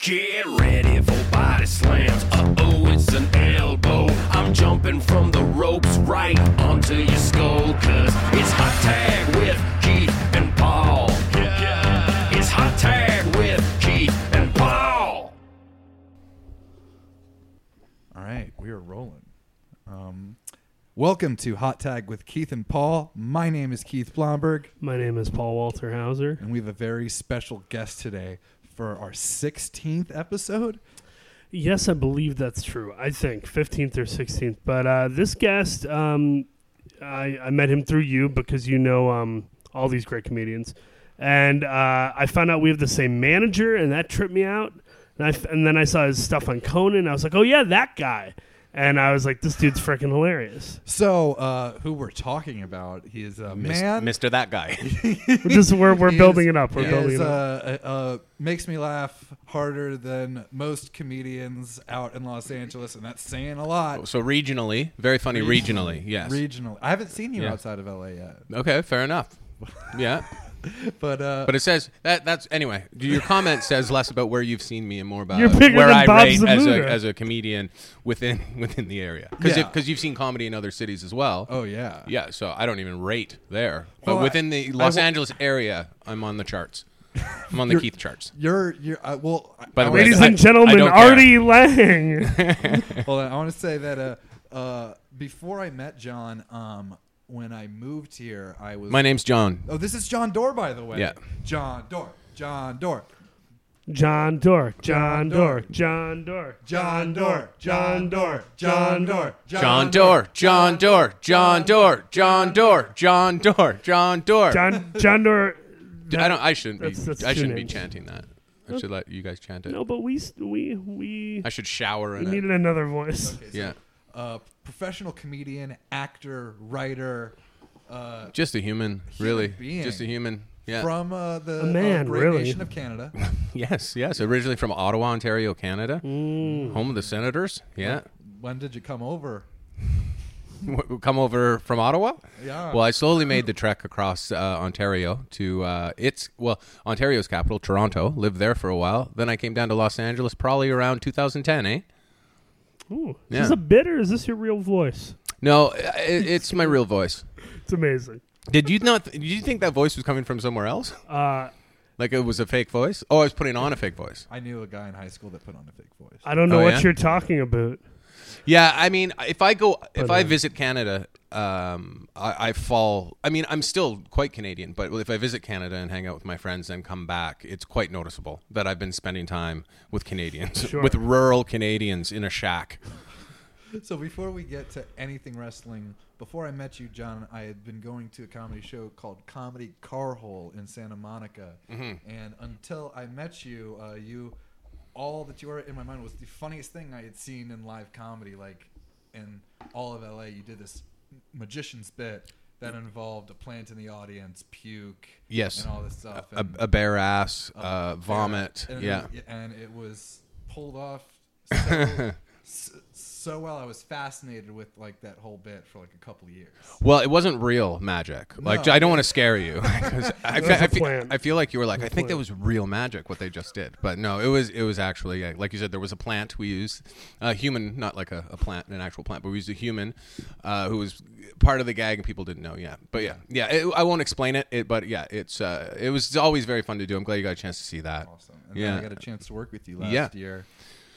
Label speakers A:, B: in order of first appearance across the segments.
A: Get ready for body slams. Uh oh, it's an elbow. I'm jumping from the ropes right onto your skull. Cause it's hot tag with Keith and Paul. Yeah. It's hot tag with Keith and Paul.
B: All right, we are rolling. Um, welcome to Hot Tag with Keith and Paul. My name is Keith Blomberg,
C: My name is Paul Walter Hauser.
B: and we have a very special guest today for our 16th episode.
C: Yes, I believe that's true. I think 15th or 16th. But uh, this guest, um, I, I met him through you because you know um, all these great comedians. And uh, I found out we have the same manager, and that tripped me out. And, I f and then I saw his stuff on Conan. I was like, oh, yeah, that guy. And I was like, this dude's freaking hilarious.
B: So, uh, who we're talking about? He is a
D: Mis-
B: man.
D: Mr. That Guy.
C: Just, we're we're
B: He
C: building
B: is-
C: it up. We're
B: he
C: building
B: is,
C: it up.
B: uh, uh, makes me laugh harder than most comedians out in Los Angeles, and that's saying a lot.
D: so regionally, very funny regionally, Oh, yes.
B: Regional. I haven't seen you
D: Yeah.
B: outside of LA yet,
D: okay, fair enough. Yeah.
B: but uh,
D: But it says that that's anyway, your comment says less about where you've seen me and more about
C: You're bigger
D: where
C: than
D: I
C: Bob
D: rate as
C: Zamunda.
D: a as a comedian within within the area. Cuz
B: Yeah.
D: cuz you've seen comedy in other cities as well.
B: oh yeah,
D: Yeah, so I don't even rate there. But
B: Well, I-
D: within the Los Angeles area, I'm on the charts. I'm on the Keith charts.
B: You're you're uh, well. I-
D: By the
B: I
D: way,
B: wanna
C: Ladies
B: say-
D: I-
C: and
D: I
C: gentlemen,
D: don't care.
C: Artie Lang.
B: Hold on. I want to say that uh, uh, before I met John, um, when I moved here, I was.
D: My name's John.
B: oh, this is John Dore, by the way.
D: Yeah.
B: John Dore. John Dore.
C: John Dork,
B: John
C: John
B: Dork.
C: Dork, John Dork,
B: John Dore.
C: John Dork, John Dork.
D: John Doerr, John Doerr, John Doerr, John Doerr, John Doerr, John Doerr.
C: John John Dor.
D: I don't. I shouldn't
C: that's-
D: be.
C: that's
D: I
C: two
D: shouldn't
C: names.
D: be chanting that. I should let you guys chant it.
C: No, but we s- we we
D: I should shower
C: we
D: in it.
C: needed another voice.
D: Yeah,
B: Uh, professional comedian, actor, writer. Uh,
D: just a human, really.
B: being.
D: Just a human. Yeah.
B: From uh, the
C: A man,
B: uh, great
C: really.
B: nation of Canada.
D: yes, yes. Originally from Ottawa, Ontario, Canada, home of the Senators. Yeah.
B: When did you come over?
D: W- Come over from Ottawa.
B: Yeah.
D: Well, I slowly made the trek across uh, Ontario to uh, its well, Ontario's capital, Toronto. Lived there for a while. Then I came down to Los Angeles, probably around 2010. Eh.
C: Ooh,
D: Yeah.
C: Is this a bit or is this your real voice?
D: No, i it's my real voice.
C: It's amazing.
D: Did you not? Did you think that voice was coming from somewhere else?
C: Uh,
D: Like it was a fake voice? Oh, I was putting on a fake voice.
B: I knew a guy in high school that put on a fake voice.
C: I don't know
D: Oh,
C: what
D: yeah?
C: you're talking about.
D: Yeah, I mean, if I go, if
C: But,
D: I
C: uh,
D: visit Canada, um, I, I fall. I mean, I'm still quite Canadian, but if I visit Canada and hang out with my friends and come back, it's quite noticeable that I've been spending time with Canadians,
C: Sure.
D: with rural Canadians in a shack.
B: So before we get to anything wrestling, before I met you, John, I had been going to a comedy show called Comedy Carhole in Santa Monica,
D: Mm-hmm.
B: and until I met you, uh, you all that you were in my mind was the funniest thing I had seen in live comedy. Like in all of LA, you did this magician's bit that involved a plant in the audience, puke,
D: Yes.
B: and all this stuff,
D: A,
B: and-
D: a bare ass, uh, vomit.
B: and it
D: Yeah.
B: was- and it was pulled off so, s- so well. I was fascinated with like that whole bit for like a couple years.
D: Well, it wasn't real magic. Like
B: No.
D: I don't want to scare you. 'Cause I, fe-
C: was a
D: I fe-
C: plan.
D: I feel like you were like, I think that
C: plan.
D: was real magic what they just did, but no, it was it was actually uh, like you said, there was a plant we used, a human, not like a, a plant, an actual plant, but we used a human uh, who was part of the gag and people didn't know. Yeah, but yeah, yeah, it, I won't explain it, it, but yeah, it's uh, it was always very fun to do. I'm glad you got a chance to see that.
B: Awesome. And then I
D: Yeah.
B: got a chance to work with you last
D: Yeah.
B: year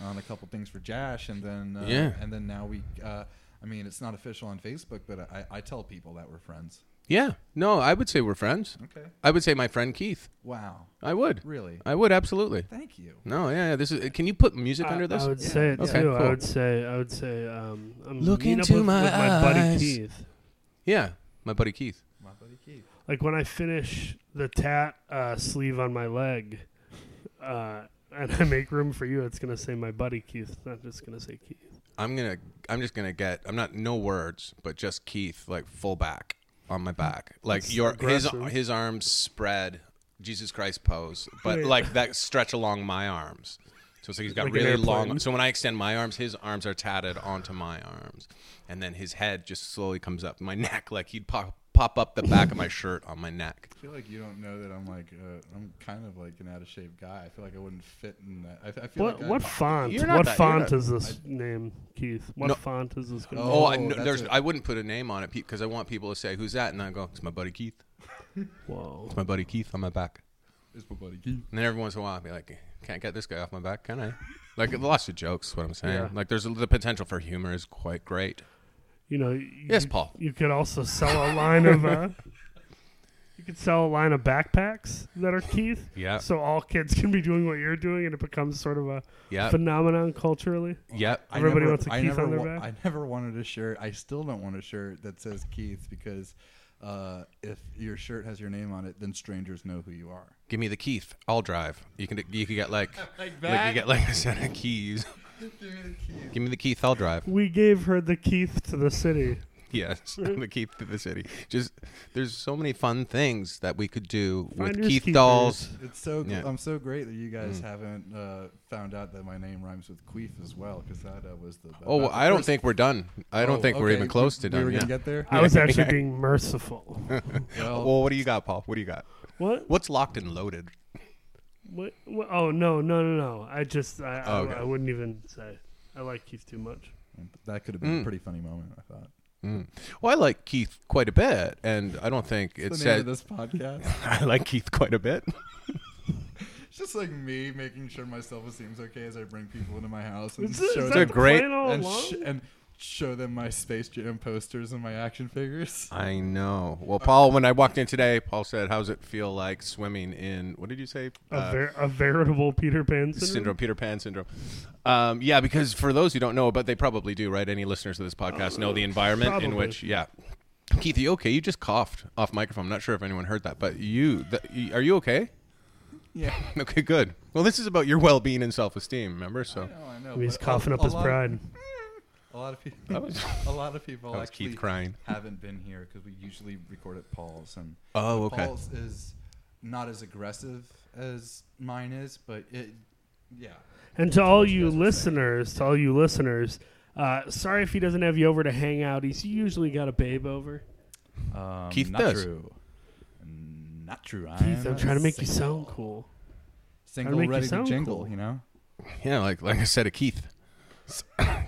B: on a couple things for Jash, and then uh,
D: Yeah.
B: and then now we. Uh, I mean, it's not official on Facebook, but I, I tell people that we're friends.
D: Yeah, no, I would say we're friends.
B: Okay.
D: I would say my friend Keith.
B: Wow.
D: I would
B: Really?
D: I would absolutely.
B: Thank you.
D: No, yeah, yeah. This is. Can you put music
C: I,
D: under this?
C: I would say it
D: Okay,
C: too. I
D: cool.
C: would say I would say um, I'm
D: Look
C: meeting
D: into
C: up with,
D: my
C: with my buddy
D: eyes.
C: Keith.
D: Yeah, my buddy Keith.
B: My buddy Keith.
C: Like when I finish the tat uh, sleeve on my leg, uh, and I make room for you, it's gonna say my buddy Keith. It's not just gonna say Keith.
D: I'm gonna. I'm just gonna get. I'm not no words, but just Keith like full back on my back, like
C: That's
D: your
C: aggressive.
D: his his arms spread, Jesus Christ pose, but
C: Right.
D: like that stretch along my arms. So it's like he's got
C: Like an
D: really
C: airplane.
D: long. So when I extend my arms, his arms are tatted onto my arms, and then his head just slowly comes up my neck, like he'd pop pop up the back of my shirt on my neck.
B: I feel like you don't know that I'm like uh, I'm kind of like an out of shape guy. I feel like I wouldn't fit in that. I, I feel
C: What
B: like
C: what
B: I,
C: font?
D: You're not
C: What
D: that- you're
C: font
D: not-
C: is this name, Keith? What
D: No.
C: font is this going to
D: Oh, I,
B: Oh,
D: no,
B: that's
D: there's
B: it.
D: I wouldn't put a name on it because I want people to say who's that, and I go, it's my buddy Keith.
C: be? Whoa.
D: It's my buddy Keith on my back.
B: is my buddy Keith.
D: And then every once in a while, I'd be like, can't get this guy off my back, can I? Like lots of jokes. What I'm saying,
C: Yeah.
D: like there's the potential for humor is quite great.
C: You know. You,
D: Yes, Paul.
C: You could also sell a line of. Uh, you could sell a line of backpacks that are Keith.
D: Yeah.
C: So all kids can be doing what you're doing, and it becomes sort of a
D: Yeah,
C: phenomenon culturally.
D: yep.
B: I
C: Everybody
B: never-
C: wants a
B: I
C: Keith
B: never
C: on their
B: wa-
C: back?
B: I never wanted a shirt. I still don't want a shirt that says Keith because uh, if your shirt has your name on it, then strangers know who you are.
D: Give me the Keith. I'll drive. You can you can get like
B: Like
D: like
B: that?
D: you get like a set of keys.
B: Give me the Keith.
D: Give me the Keith. I'll drive.
C: We gave her the Keith to the city.
D: Yes, the Keith to the city. Just there's so many fun things that we could do with
C: Finders
D: Keith
C: keepers.
D: dolls.
B: It's so
D: Yeah. Mm.
B: I'm so great that you guys haven't uh, found out that my name rhymes with queef as well because that uh, was the
D: Oh,
B: about
D: well,
B: the
D: I don't
B: first-
D: think we're done. I don't
B: Oh,
D: think we're
B: okay.
D: even close to
B: We-
D: done.
B: We were gonna
D: yeah.
B: get there.
C: I was actually being merciful.
B: Well,
D: Well, what do you got, Paul? What do you got?
C: What?
D: What's locked and loaded?
C: What, what? Oh no, no, no, no! I just I,
D: Oh, okay.
C: I, I wouldn't even say I like Keith too much.
B: that could have been
D: Mm.
B: a pretty funny moment. I thought.
D: Mm. Well, I like Keith quite a bit, and I don't think it
B: It's the name
D: said
B: of this podcast.
D: I like Keith quite a bit.
B: It's just like me making sure my self seems okay as I bring people into my house and
C: Is, it- is
B: show
C: that
D: a
B: them
C: the
D: great-
C: plan all
B: and,
C: along?
B: sh- and show them my Space Jam posters and my action figures.
D: I know. Well, Paul, when I walked in today, Paul said, "How's it feel like swimming in what did you say?
B: uh,
C: a, ver- a veritable Peter Pan syndrome.
D: syndrome, Peter Pan syndrome. Um, yeah, because for those who don't know, but they probably do, right? Any listeners to this podcast know the environment in
C: probably.
D: which, yeah. Keith, are you okay? You just coughed off microphone. I'm not sure if anyone heard that, but you, th- you are you okay?
B: Yeah.
D: Okay, good. Well, this is about your well-being and self-esteem. Remember, so
B: No, I know.
C: I mean, He's
B: but a-
C: coughing up
B: a
C: his
B: lot-
C: pride.
B: A lot of people.
D: was-
B: a lot of people
D: that was
B: actually
D: Keith crying.
B: haven't been here because we usually record at Paul's and
D: Oh, okay.
B: Paul's is not as aggressive as mine is, but it yeah.
C: And to all
B: what you
C: you
B: guys were saying.
C: listeners, to all you listeners, uh, sorry if he doesn't have you over to hang out. He's usually got a babe over.
B: Um,
D: Keith
B: not
D: does.
B: True. Not true.
C: Keith, I'm trying to make you sound cool.
B: single,
C: make you
B: ready to
C: sound
B: jingle.
C: cool.
B: You know.
D: yeah, like like I said, a Keith,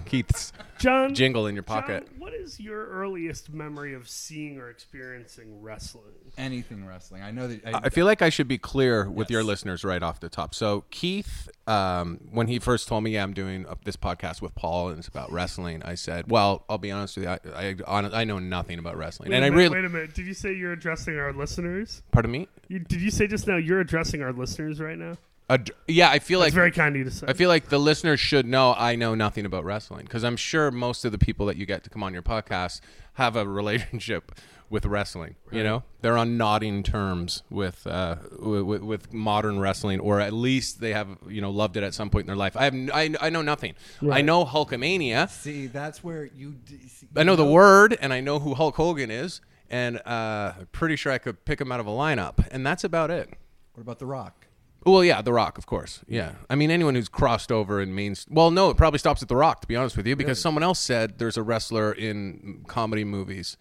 D: Keith's
C: John,
D: jingle in your pocket.
C: John, what is your earliest memory of seeing or experiencing wrestling?
B: anything wrestling. I know that. I,
D: I feel like I should be clear with your
B: Yes.
D: listeners right off the top. So Keith, um, when he first told me, "Yeah, I'm doing uh, this podcast with Paul and it's about wrestling," I said, "Well, I'll be honest with you, I I, hon- I know nothing about wrestling."
C: Wait
D: and
C: a
D: I
C: minute,
D: really,
C: wait a minute. Did you say you're addressing our listeners?
D: pardon me,
C: You, did you say just now you're addressing our listeners right now?
D: Ad- yeah, I feel
C: It's
D: like
C: very kind of you to say.
D: I feel like the listeners should know I know nothing about wrestling because I'm sure most of the people that you get to come on your podcast have a relationship with wrestling. You know, they're on nodding terms with, uh, with with modern wrestling, or at least they have you know loved it at some point in their life. I have n- I, I know nothing. I know Hulkamania.
B: see, that's where you. d- see-
D: I
B: you
D: know the word, and I know who Hulk Hogan is, and uh, I'm pretty sure I could pick him out of a lineup, and that's about it.
B: What about the Rock?
D: Well, yeah, The Rock, of course. Yeah, I mean anyone who's crossed over and means well, no, it probably stops at The Rock, to be honest with you, because someone else said there's a wrestler in comedy movies,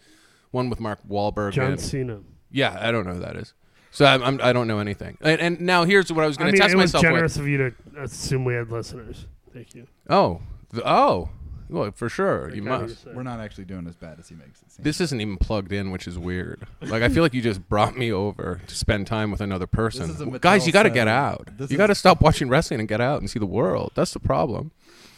D: one with Mark Wahlberg.
C: John
D: and-
C: Cena.
D: yeah, I don't know who that is. So I'm, I'm, I don't know anything. And, and now here's what I was
C: I
D: going
C: mean,
D: to test
C: it was
D: myself
C: generous
D: with.
C: of you to assume we had listeners. Thank you.
D: Oh, the, oh, well, for sure you
C: Kind of
D: must.
C: to say.
B: We're not actually doing as bad as he makes it seem.
D: This isn't even plugged in, which is weird. Like I feel like you just brought me over to spend time with another person.
B: is a
D: Well,
B: Mattel
D: Guys, you got to get
B: setup.
D: out.
B: This
D: you
B: is-
D: got to stop watching wrestling and get out and see the world. That's the problem.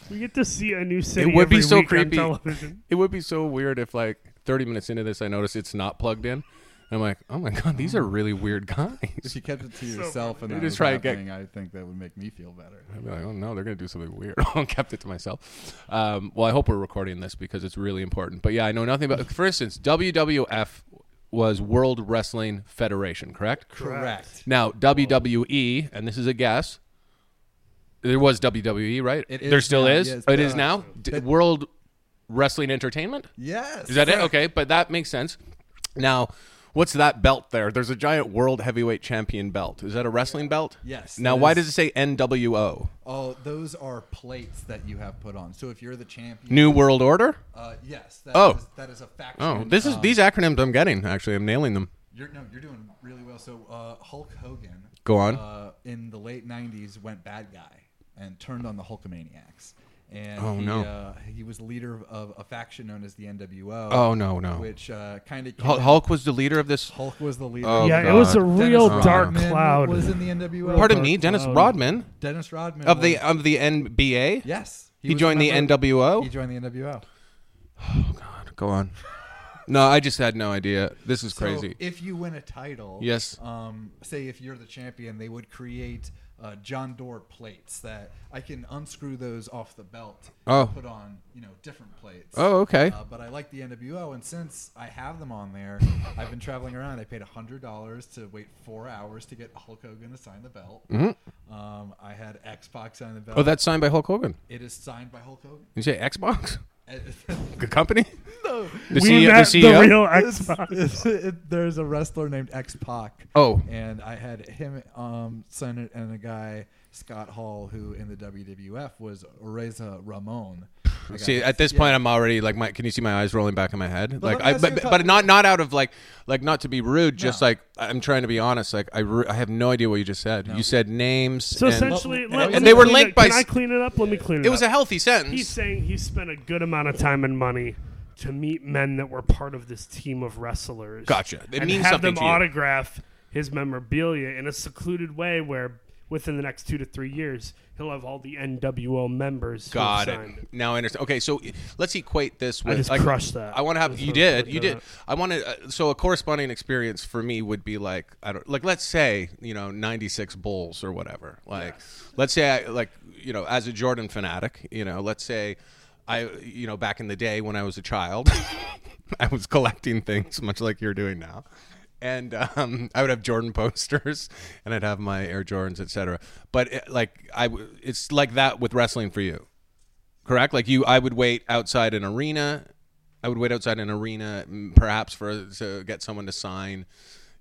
C: We get to see a new city.
D: It would be
C: every
D: so
C: week on
D: creepy.
C: television.
D: It would be so weird if like 30 minutes into this I notice it's not plugged in. I'm like, "Oh my god, these are really weird
B: if
D: guys."
B: you kept it to
C: So
B: yourself and
D: You
B: that
D: just
B: was
D: try to get-
B: happening, I think that would make me feel better.
D: I'd be like, "Oh no, they're going to do something weird." I kept it to myself. Um, well, I hope we're recording this because it's really important. But yeah, I know nothing about For instance, WWF was World Wrestling Federation, correct?
B: Correct.
D: Now, WWE, and this is a guess. There was WWE, right?
B: It is
D: there still
B: now,
D: is.
B: yes,
D: it is
B: uh,
D: now. D- World Wrestling Entertainment?
B: Yes.
D: Is that it? Okay, but that makes sense. Now, What's that belt there? There's a giant world heavyweight champion belt. Is that a wrestling belt?
B: Yes,
D: Now,
B: it
D: why
B: is.
D: does it say NWO?
B: Oh, those are plates that you have put on. So if you're the champion,
D: New World Order?
B: uh, yes. that is
D: Oh.
B: that is a faction.
D: Oh, this is
B: Um,
D: these acronyms I'm getting. Actually, I'm nailing them.
B: You're, no, you're doing really well. So uh, Hulk Hogan.
D: Go on.
B: Uh, in the late '90s, went bad guy and turned on the Hulkamaniacs. And
D: Oh,
B: he,
D: no.
B: Uh, he was leader of, of a faction known as the NWO.
D: Oh, no, no.
B: Which uh, kind of
D: Hul- Hulk was the leader of this.
B: Hulk was the leader.
D: Oh,
C: yeah, it was a
D: God.
B: Dennis
C: real dark
B: Rodman
C: cloud.
B: Was in the NWO.
D: Pardon
C: Hulk
D: me, Dennis
C: Hogan.
D: Rodman
B: Dennis Rodman
D: of the
B: was-
D: of the NBA.
B: yes.
D: He
B: was
D: joined
B: a
D: the
B: member-
D: NWO.
B: He joined the NWO.
D: Go on. No, I just had no idea. This is
B: So
D: crazy.
B: if you win a title,
D: Yes.
B: Um, say if you're the champion, they would create uh, John Doerr plates that I can unscrew those off the belt.
D: Oh.
B: and put on you know different plates.
D: Oh, okay.
B: Uh, but I like the NWO, and since I have them on there, I've been traveling around. I paid hundred dollars to wait four hours to get Hulk Hogan to sign the belt. Um, I had X Pac sign the belt.
D: Mm-hmm. oh, that's signed by Hulk Hogan.
B: it is signed by Hulk Hogan.
D: You say Xbox?
B: It-
D: Good company. No.
C: we
D: The, CEO,
C: met
D: the E
C: the,
D: CEO?
C: real
B: it's-
C: Xbox.
B: it's- it- there's a wrestler named X Pac.
D: Oh.
B: and I had him, um, son, and- and a guy Scott Hall who in the WWF was Reza Ramon. I
D: See,
B: got-
D: at this
B: yeah.
D: point, I'm already like, my, can you see my eyes rolling back in my head?
B: let
D: like,
B: me
D: I,
B: ask you
D: but,
B: a
D: but-
B: couple-
D: but not not out of like, like not to be rude, just
B: No.
D: like I'm trying to be honest. Like, I, re- I have no idea what you just said. You said names.
C: So
D: and-
C: essentially,
B: and-
C: let-
B: and
C: let
B: they
C: me
B: were
C: clean
D: linked
C: it.
D: by
C: Can I
D: s-
C: clean it up? Let me clean it.
D: it was
C: up.
D: a healthy sentence.
C: He's saying he spent a good amount of time and money to meet men that were part of this team of wrestlers.
D: Gotcha. It
C: and
D: means
C: have
D: something
C: them
D: to you.
C: autograph his memorabilia in a secluded way where within the next two to three years he'll have all the NWO members. who have
D: Got it.
C: signed
D: Now I understand. Okay, so e, let's equate this with.
C: just
D: like,
C: crushed that.
D: I want to have.
C: That's
D: You
C: what-
D: did.
C: what
D: You
C: did
D: did. I want to. Uh, so a corresponding experience for me would be like I don't like. Let's say you know ninety six Bulls or whatever. Like let's say I like you know as a Jordan fanatic. You know let's say. I you know back in the day when I was a child, I was collecting things much like you're doing now, and um, I would have Jordan posters and I'd have my Air Jordans, etc. But it, like I, w- it's like that with wrestling for you correct like you i would wait outside an arena i would wait outside an arena mm, perhaps for to get someone to sign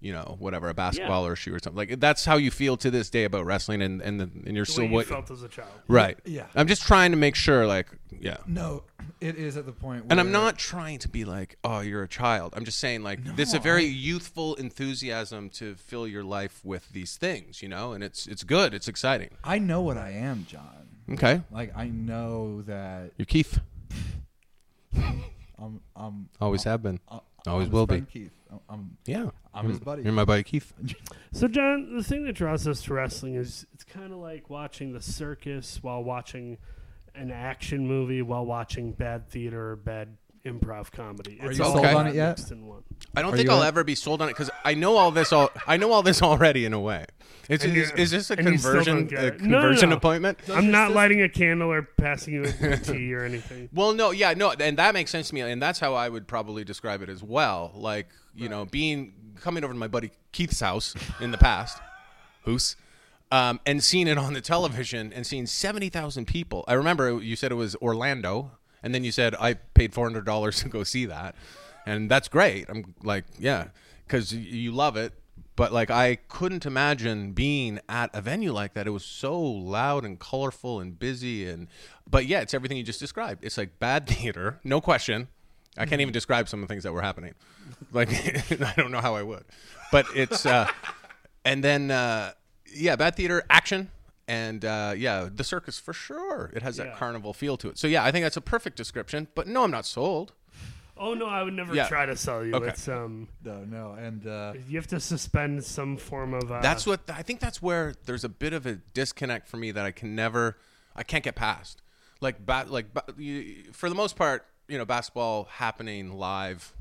D: you know whatever a basketball or a shoe or something like that's how you feel to this day about wrestling and and, the, and you're
C: The
D: still
C: way you
D: what
C: felt as a child.
D: right
B: Yeah.
D: i'm just trying to make sure like yeah
B: No, it is at the point. Where
D: and i'm not trying to be like oh you're a child i'm just saying like this is a very youthful enthusiasm to fill your life with these things you know and it's it's good it's exciting
B: I know what I am, John.
D: okay
B: Like I know that
D: you're keith
B: I'm. I'm
D: always have been
B: I'm
D: always
B: his
D: will be
B: friend Keith. I'm. I'm
D: yeah
B: I'm his buddy.
D: you're my buddy keith
C: So, John, the thing that draws us to wrestling is it's kind of like watching the circus while watching an action movie while watching bad theater or bad improv comedy. It's
B: you
C: all
D: sold on
B: it yet?
C: mixed in one.
D: I don't think
B: you
D: I'll
B: in?
D: ever be sold on it because I know all this. All I know all this already in a way. Is, is,
C: you-
D: is this a
C: and you still
D: conversion
C: don't get
D: a
C: it. No, no,
D: conversion
C: no.
D: appointment?
C: I'm not lighting a candle or passing you a tea or anything.
D: Well, no, yeah, no, and that makes sense to me, and that's how I would probably describe it as well. Like you know, being coming over to my buddy Keith's house in the past, who's, um, and seeing it on the television and seeing seventy thousand people. I remember you said it was Orlando, and then you said I paid four hundred dollars to go see that, and that's great. I'm like, yeah, because you love it. But like I couldn't imagine being at a venue like that. It was so loud and colorful and busy and but yeah, it's everything you just described. It's like bad theater, no question. I can't even describe some of the things that were happening. Like I don't know how I would. But it's uh and then uh yeah, bad theater, action and uh yeah, the circus for sure. It has that
C: Yeah.
D: carnival feel to it. So yeah, I think that's a perfect description, but no, I'm not sold.
C: Oh no, I would never
D: Yeah.
C: try to sell you.
D: Okay.
C: It's um,
B: No, no, and uh,
C: you have to suspend some form of. Uh,
D: That's what I think. That's where there's a bit of a disconnect for me that I can never, I can't get past. Like, ba- like ba- you, for the most part, you know, basketball happening live,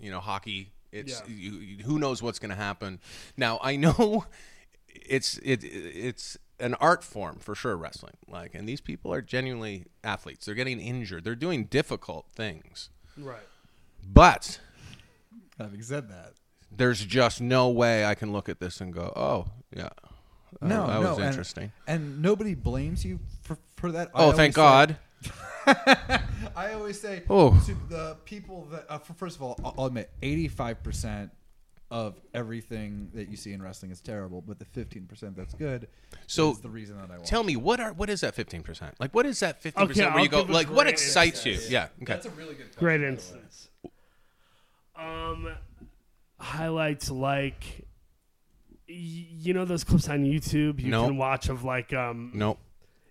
D: you know, hockey. It's
C: Yeah.
D: you, you- who knows what's going to happen. Now I know it's it it's an art form for sure. Wrestling, like, and these people are genuinely athletes. They're getting injured. They're doing difficult things,
C: right.
D: but
B: having said that,
D: there's just no way I can look at this and go, oh yeah. that-
B: no,
D: Oh, that
B: no,
D: was
B: and-
D: interesting.
B: And, nobody blames you for, for that. I
D: Oh,
B: always
D: thank
B: say-
D: God.
B: I always say
D: Oh.
B: to the people that, uh, f- first of all, I'll I'll admit, 85% of everything that you see in wrestling is terrible, but the 15% that's good
D: So,
B: is the reason that I watch.
D: Tell me what are what is that fifteen percent? Like what is that fifteen
C: Okay,
D: percent where
C: I'll
D: you go
C: give a
D: like what
C: great
D: excites you? Yeah. Okay.
B: That's a really good question.
C: Great
B: by the way.
C: instance. Um, highlights like y- you know those clips on YouTube you
D: No.
C: can watch of like um
D: No.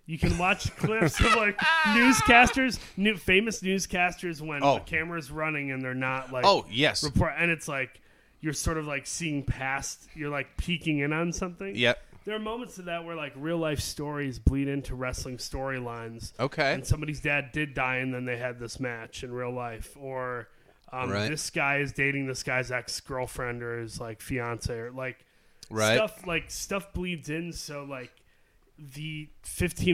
C: you can watch clips of like newscasters new famous newscasters when
D: Oh.
C: the camera's running and they're not like
D: Oh yes.
C: report and it's like you're sort of like seeing past you're like peeking in on something
D: Yep.
C: there are moments of that where like real life stories bleed into wrestling storylines
D: Okay.
C: and somebody's dad did die and then they had this match in real life or um,
D: Right.
C: this guy is dating this guy's ex-girlfriend or his like fiance or like
D: Right.
C: stuff like stuff bleeds in so like the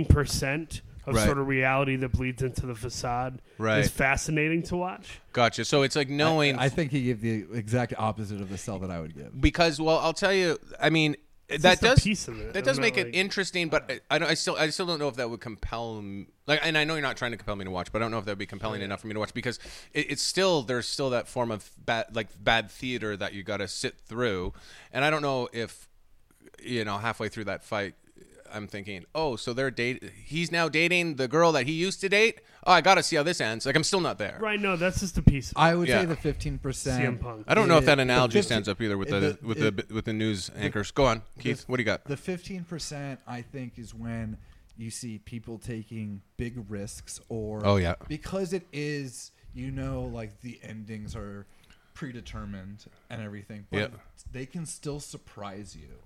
C: 15% of
D: Right.
C: sort of reality that bleeds into the facade
D: Right.
C: is fascinating to watch
D: Gotcha. So it's like knowing
B: I think he gave the exact opposite of the sell that I would give.
D: because well I'll tell you I mean that
C: just a
D: does
C: piece of it.
D: that does
C: I'm
D: make
C: not,
D: it
C: like-
D: interesting but I, I, don't, I still I still don't know if that would compel m- like and I know you're not trying to compel me to watch but I don't know if that would be compelling enough for me to watch because it, it's still there's still that form of bad like bad theater that you got to sit through and I don't know if you know halfway through that fight I'm thinking oh so they're date he's now dating the girl that he used to date oh I got to see how this ends like I'm still not there
C: right no that's just a piece of it.
B: I would
D: Yeah.
B: say the 15%.
C: CM Punk.
D: I don't know if that
B: The
D: analogy
B: 15
D: stands up either with the,
B: the-
D: with
B: it-
D: the with the news anchors. Go on, Keith. what do you got?
B: The fifteen percent, I think, is when you see people taking big risks, or
D: Oh, yeah.
B: because it is, you know, like the endings are predetermined and everything, but
D: Yeah.
B: they can still surprise you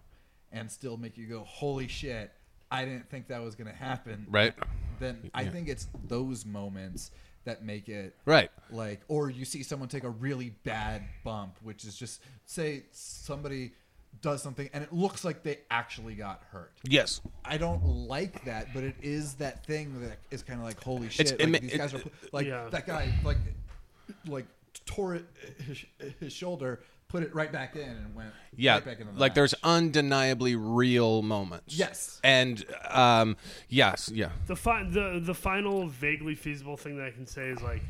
B: and still make you go, "Holy shit! I didn't think that was gonna happen."
D: Right.
B: Then I
D: Yeah.
B: think it's those moments that make it
D: Right.
B: like or you see someone take a really bad bump which is just say somebody does something and it looks like they actually got hurt
D: Yes.
B: i don't like that but it is that thing that is kind of like holy shit
D: it
B: like,
D: ma-
B: these
D: it-
B: guys are like
C: Yeah.
B: that guy like like tore it his, his shoulder put it right back in and went
D: Yeah.
B: right back into the
D: like
B: match.
D: there's undeniably real moments.
B: Yes.
D: And um yes, yeah.
C: the fi- the the final vaguely feasible thing that I can say is like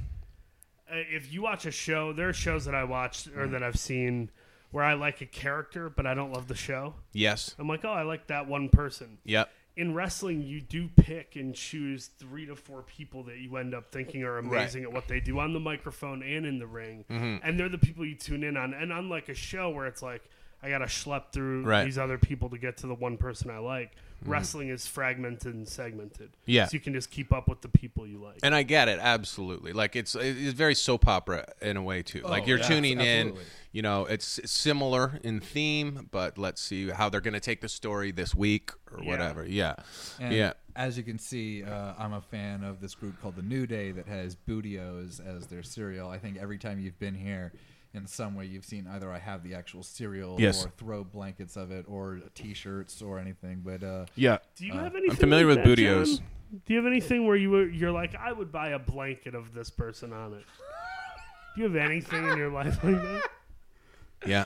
C: uh, if you watch a show, there are shows that I watched or that I've seen where I like a character but I don't love the show.
D: Yes.
C: I'm like, "Oh, I like that one person."
D: Yep.
C: In wrestling, you do pick and choose 3 to 4 people that you end up thinking are amazing at what they do on the microphone and in the ring.
D: Mm-hmm.
C: And they're the people you tune in on. And unlike a show where it's like I got to schlep through
D: Right. Mm-hmm.
C: these other people to get to the one person I like. Wrestling is fragmented and segmented.
D: Yeah.
C: So you can just keep up with the people you like.
D: And I get it absolutely. Like it's it's very soap opera in a way too.
C: Oh,
D: like you're
B: yes,
D: tuning in,
B: absolutely.
D: you know, it's similar in theme, but let's see how they're going to take the story this week or
C: Yeah.
D: whatever. Yeah.
B: And
D: yeah.
B: As you can see, uh, I'm a fan of this group called the New Day that has Bootios as their cereal. I think every time you've been here, in some way, you've seen either I have the actual cereal
D: Yes.
B: or throw blankets of it or T-shirts or anything. But uh,
D: Yeah.
C: Do you have anything?
D: familiar
C: like
D: with
C: that,
D: Bootios.
C: John? Do you have anything where you were, you're like, I would buy a blanket of this person on it? Do you have anything in your life like that?
D: Yeah.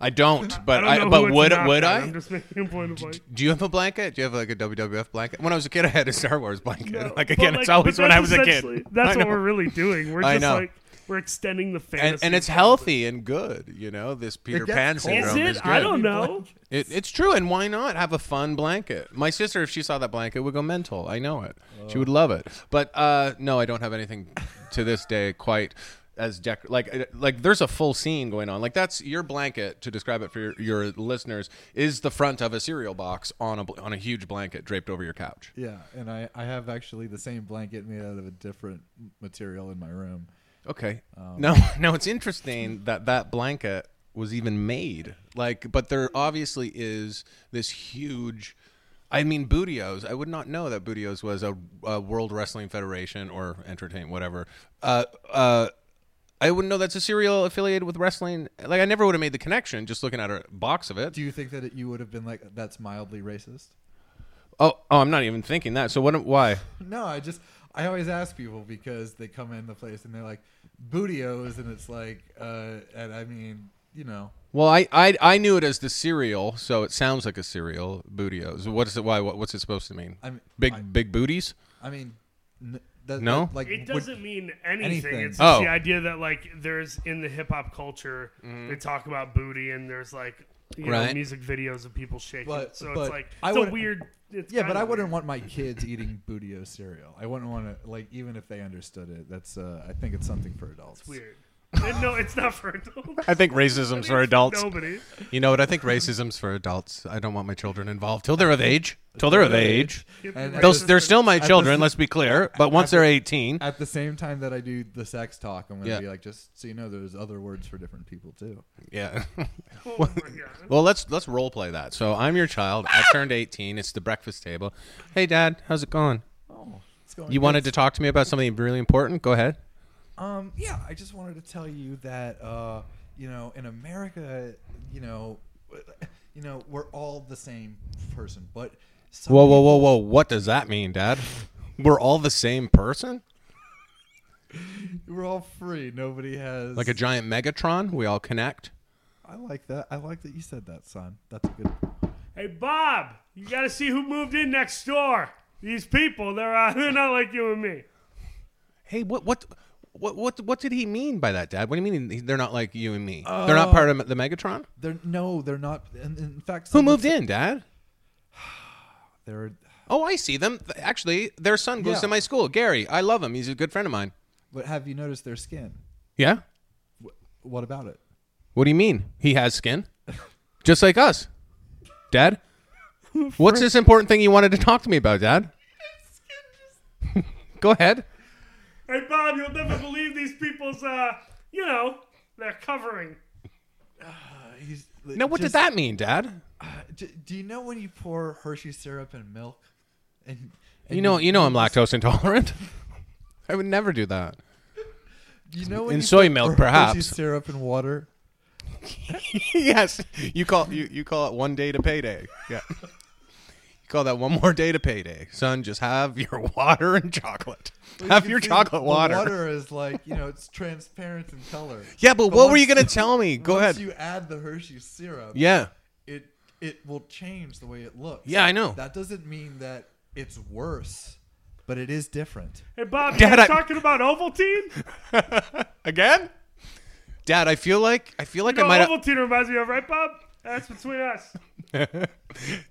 D: I don't, but
C: I
D: I,
C: don't know who
D: but
C: it's
D: would
C: not,
D: would
C: but
D: I?
C: I'm just making a point of like.
D: Do you have a blanket? Do you have like a WWF blanket? When I was a kid, I had a Star Wars blanket.
C: no.
D: Like
C: But,
D: again, it's
C: like,
D: always
C: but
D: when I
C: that's
D: was a
C: essentially-
D: kid. I
C: That's what
D: know.
C: we're really doing. We're
D: I
C: just
D: know.
C: like we're extending the
D: And,
C: fantasy.
D: and it's healthy and good, you know. This Peter
B: gets
D: Pan
B: cold.
D: syndrome
C: Is
D: is,
C: it?
D: good.
C: I don't know.
D: It, it's true, and why not have a fun blanket? My sister, if she saw that blanket, would go mental. I know it. She would love it. But uh, no, I don't have anything to this day quite as dec- like uh, like. There's a full scene going on. Like that's your blanket to describe it for your, your listeners is the front of a cereal box on a bl- on a huge blanket draped over your couch.
B: yeah, and I, I have actually the same blanket made out of a different material in my room.
D: Okay.
B: Um,
D: no, no, it's interesting that that blanket was even made. Like, but there obviously is this huge. I mean, Bootios. I would not know that Bootios was a, a World Wrestling Federation or entertain whatever. Uh, uh, I wouldn't know that's a serial affiliated with wrestling. Like, I never would have made the connection just looking at a box of it.
B: Do you think that it, you would have been like that's mildly racist?
D: oh, oh, I'm not even thinking that. So what? am- Why?
B: No, I just I always ask people because they come in the place and they're like Bootios, and it's like, uh, and I mean, you know.
D: Well, I, I I knew it as the cereal, so it sounds like a cereal. Bootios. What is it? Why? What, what's it supposed to mean?
B: I'm-
D: big
B: I-
D: big booties.
B: I mean, n- That,
D: No?
B: that, like
C: It
B: would-
C: doesn't mean anything.
B: anything.
C: It's just
D: Oh.
C: the idea that like there's in the hip hop culture they talk about booty and there's like you know,
D: Mm-hmm. Right.
C: music videos of people shaking.
B: But-
C: so
B: but
C: it's like
B: I
C: it's a
B: would-
C: weird. It's
B: yeah, but
C: kinda
B: I wouldn't
C: weird.
B: want my kids eating Budio cereal. I wouldn't want to like even if they understood it. That's uh, I think it's something for adults.
C: Weird. And no, it's not for adults.
D: I think racism's for adults.
C: Nobody.
D: You know what? I think racism's for adults. I don't want my children involved till they're of age. Till they're of age.
B: And
D: They'll, they're still my
B: the
D: children.
B: same-
D: Let's be clear. But once they're 18,
B: At the same time that I do the sex talk, I'm gonna
D: Yeah.
B: be like, just so you know, there's other words for different people too.
D: yeah.
C: Oh my God.
D: Well, let's let's role play that. So I'm your child. I turned 18. It's the breakfast table. Hey, Dad, how's it going?
B: Oh, it's going.
D: You wanted to talk to me about something really important? Go ahead.
B: Um, yeah, I just wanted to tell you that uh, you know, in America, you know, you know, we're all the same person, but some
D: Whoa, whoa, whoa, whoa! What does that mean, Dad? We're all the same person?
B: people- we're all free. Nobody has
D: Like a giant Megatron? We all connect.
B: I like that. I like that you said that, son. That's a good.
C: hey Bob, you got to see who moved in next door. These people, they're uh, they're not like you and me.
D: Hey, what what what what what did he mean by that, Dad? What do you mean he- they're not like you and me? they're not part of the Megatron?
B: They're no, they're not. And and in fact,
D: Who
B: some of
D: moved in, Dad?
B: They're
D: Oh, I see them. Th- Actually, their son goes
B: Yeah.
D: to my school. Gary, I love him. He's a good friend of mine.
B: But have you noticed their skin?
D: Yeah.
B: What about it?
D: What do you mean? He has skin, just like us, Dad. What's this important thing you wanted to talk to me about, Dad? Go ahead.
C: Hey Bob, you'll never believe these people's uh, you know, their covering.
B: He's,
D: Now, what
B: just-
D: did that mean, Dad?
B: d- Do you know when you pour Hershey syrup in milk, and, and
D: You know, you know, I'm lactose intolerant. I would never do that.
B: you know when
D: in
B: you
D: soy
B: put
D: milk,
B: Hershey
D: perhaps.
B: syrup and water.
D: yes, you call you, you call it one day to payday. Yeah, you call that one more day to payday, son. Just have your water and chocolate.
B: But
D: have
B: you
D: your
B: can see
D: chocolate
B: the
D: water.
B: Water is like you know it's transparent in color.
D: Yeah, but what were
B: once-
D: you gonna tell me? Go
B: Once
D: ahead.
B: you add the Hershey syrup,
D: yeah.
B: it it will change the way it looks.
D: Yeah, I know.
B: That doesn't mean that it's worse, but it is different.
C: Hey Bob, you
D: Dad,
C: guys
D: I-
C: talking about Ovaltine?
D: Again? Dad, I feel like I feel like
C: No,
D: I might have
C: Ovaltine reminds me of, right, Bob? That's between us.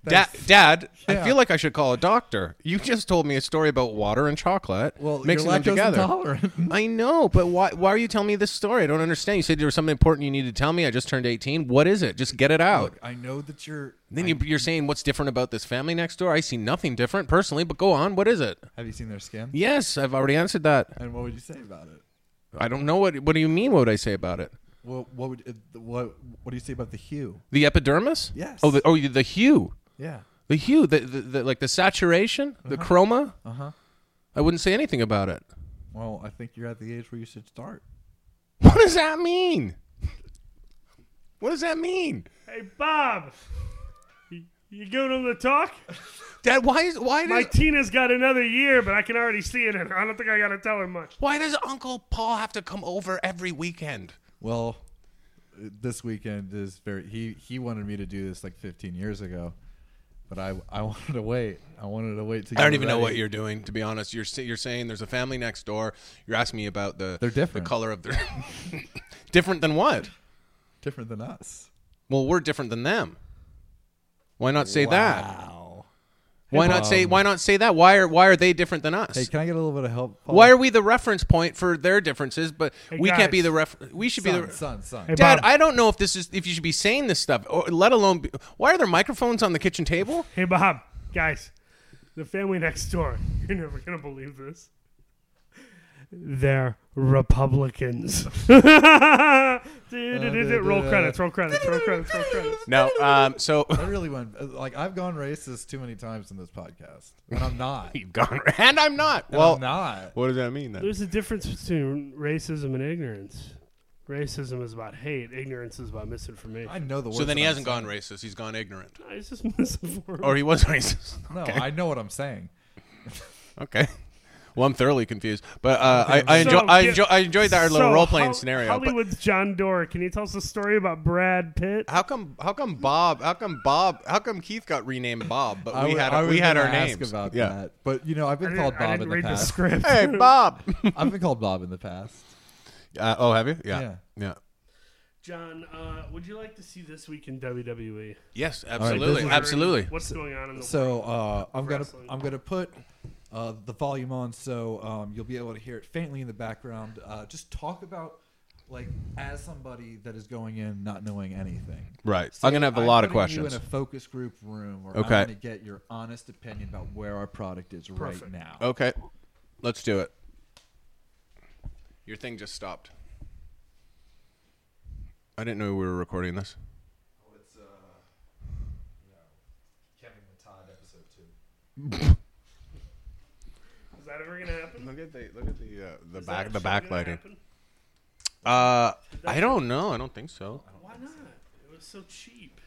D: Dad, Dad I
B: Yeah.
D: feel like I should call a doctor. You just told me a story about water and chocolate.
B: Well,
D: mixing
B: you're
D: them
B: lactose
D: together.
B: intolerant.
D: I know, but why why are you telling me this story? I don't understand. You said there was something important you needed to tell me. I just turned 18. What is it? Just get it out.
B: Look, I know that you're.
D: then
B: I-
D: you, you're saying what's different about this family next door? I see nothing different personally, but go on. What is it?
B: have you seen their skin?
D: Yes, I've already answered that.
B: And what would you say about it?
D: I don't know what what do you mean what would I say about it?
B: What what would uh, what what do you say about the hue?
D: The epidermis?
B: Yes.
D: Oh, the, oh, the hue.
B: Yeah.
D: The hue, the, the, the like the saturation, the chroma.
B: Uh huh.
D: I wouldn't say anything about it.
B: Well, I think you're at the age where you should start.
D: What does that mean? What does that mean,
C: Hey Bob, you, you giving them the talk?
D: Dad? Why is why does
C: My Tina's got another year, but I can already see it in her. I don't think I gotta tell her much.
D: why does Uncle Paul have to come over every weekend?
B: Well, uh, this weekend is very. He he wanted me to do this like 15 years ago, but I I wanted to wait. I wanted to wait to.
D: I don't even know what you're doing, to be honest. You're sa- you're saying there's a family next door. You're asking me about the
B: They're different.
D: the color of their different than what?
B: different than us.
D: Well, we're different than them. Why not say that? Why not say why not say that? Why are why are they different than us?
B: Hey, can I get a little bit of help? Paul?
D: Why are we the reference point for their differences, but we
C: guys.
D: can't be the ref? We should be
B: son,
D: the.
B: son son?
C: Hey,
D: Dad,
C: Bob.
D: I don't know if this is if you should be saying this stuff, or let alone. Be, why are there microphones on the kitchen table?
C: Hey Bob, guys, the family next door. You're never gonna believe this. They're Republicans. roll credits, roll credits, roll credits, roll credits.
D: No. Um. So
B: I really went uh, like I've gone racist too many times in this podcast, and I'm not.
D: you've gone, and I'm not.
B: And
D: Well,
B: I'm not.
D: what does that mean then?
C: There's a difference between racism and ignorance. Racism is about hate. Ignorance is about misinformation.
B: I know the words.
D: So then he
B: that I'm
D: hasn't
B: saying.
D: gone racist. He's gone ignorant,
C: I just misinformed.
D: or he was racist.
B: No, I know what I'm saying.
D: Okay. Well, I'm thoroughly confused, but uh, I, I, enjoy,
C: So,
D: I,
C: yeah.
D: enjoy, I enjoyed our little
C: So,
D: role playing
C: Hol-
D: scenario. But
C: Hollywood's John Doerr. Can you tell us a story about Brad Pitt?
D: how come? How come Bob? How come Bob? How come Keith got renamed Bob? But
B: I
D: we
B: wa-
D: had
B: I
D: we
B: was
D: had our
B: gonna
D: names.
B: ask about
D: yeah.
B: that, but you know, I've
C: I
B: been
C: didn't-
B: called
C: I
B: Bob
C: didn't
B: in the
C: read the
B: past.
C: script.
D: Hey, Bob.
B: I've been called Bob in the past.
D: uh, oh, have you? Yeah.
B: Yeah.
D: yeah.
C: John, uh, would you like to see this week in E? WWE?
D: Yes,
B: this
D: absolutely,
B: is-
D: absolutely.
C: What's going on in the
B: So uh, I'm gonna
C: Wrestling.
B: I'm gonna put uh, the volume on so um, you'll be able to hear it faintly in the background. Uh, just talk about like as somebody that is going in not knowing anything.
D: Right.
B: Say,
D: I'm gonna have a lot of
B: putting You in
D: questions.
B: a focus group room, where
D: Okay.
B: I'm gonna get your honest opinion about where our product is
C: Perfect.
B: right now.
D: Okay, let's do it. Your thing just stopped. I didn't know we were recording this.
B: It's uh, Kevin Todd episode two.
C: Is that ever going to happen?
D: Look at the look at the uh, the
C: Is
D: back the
C: that actually gonna
D: backlighting.
C: happen?
D: Uh, I don't know. I don't think so.
C: Why not? It was so cheap.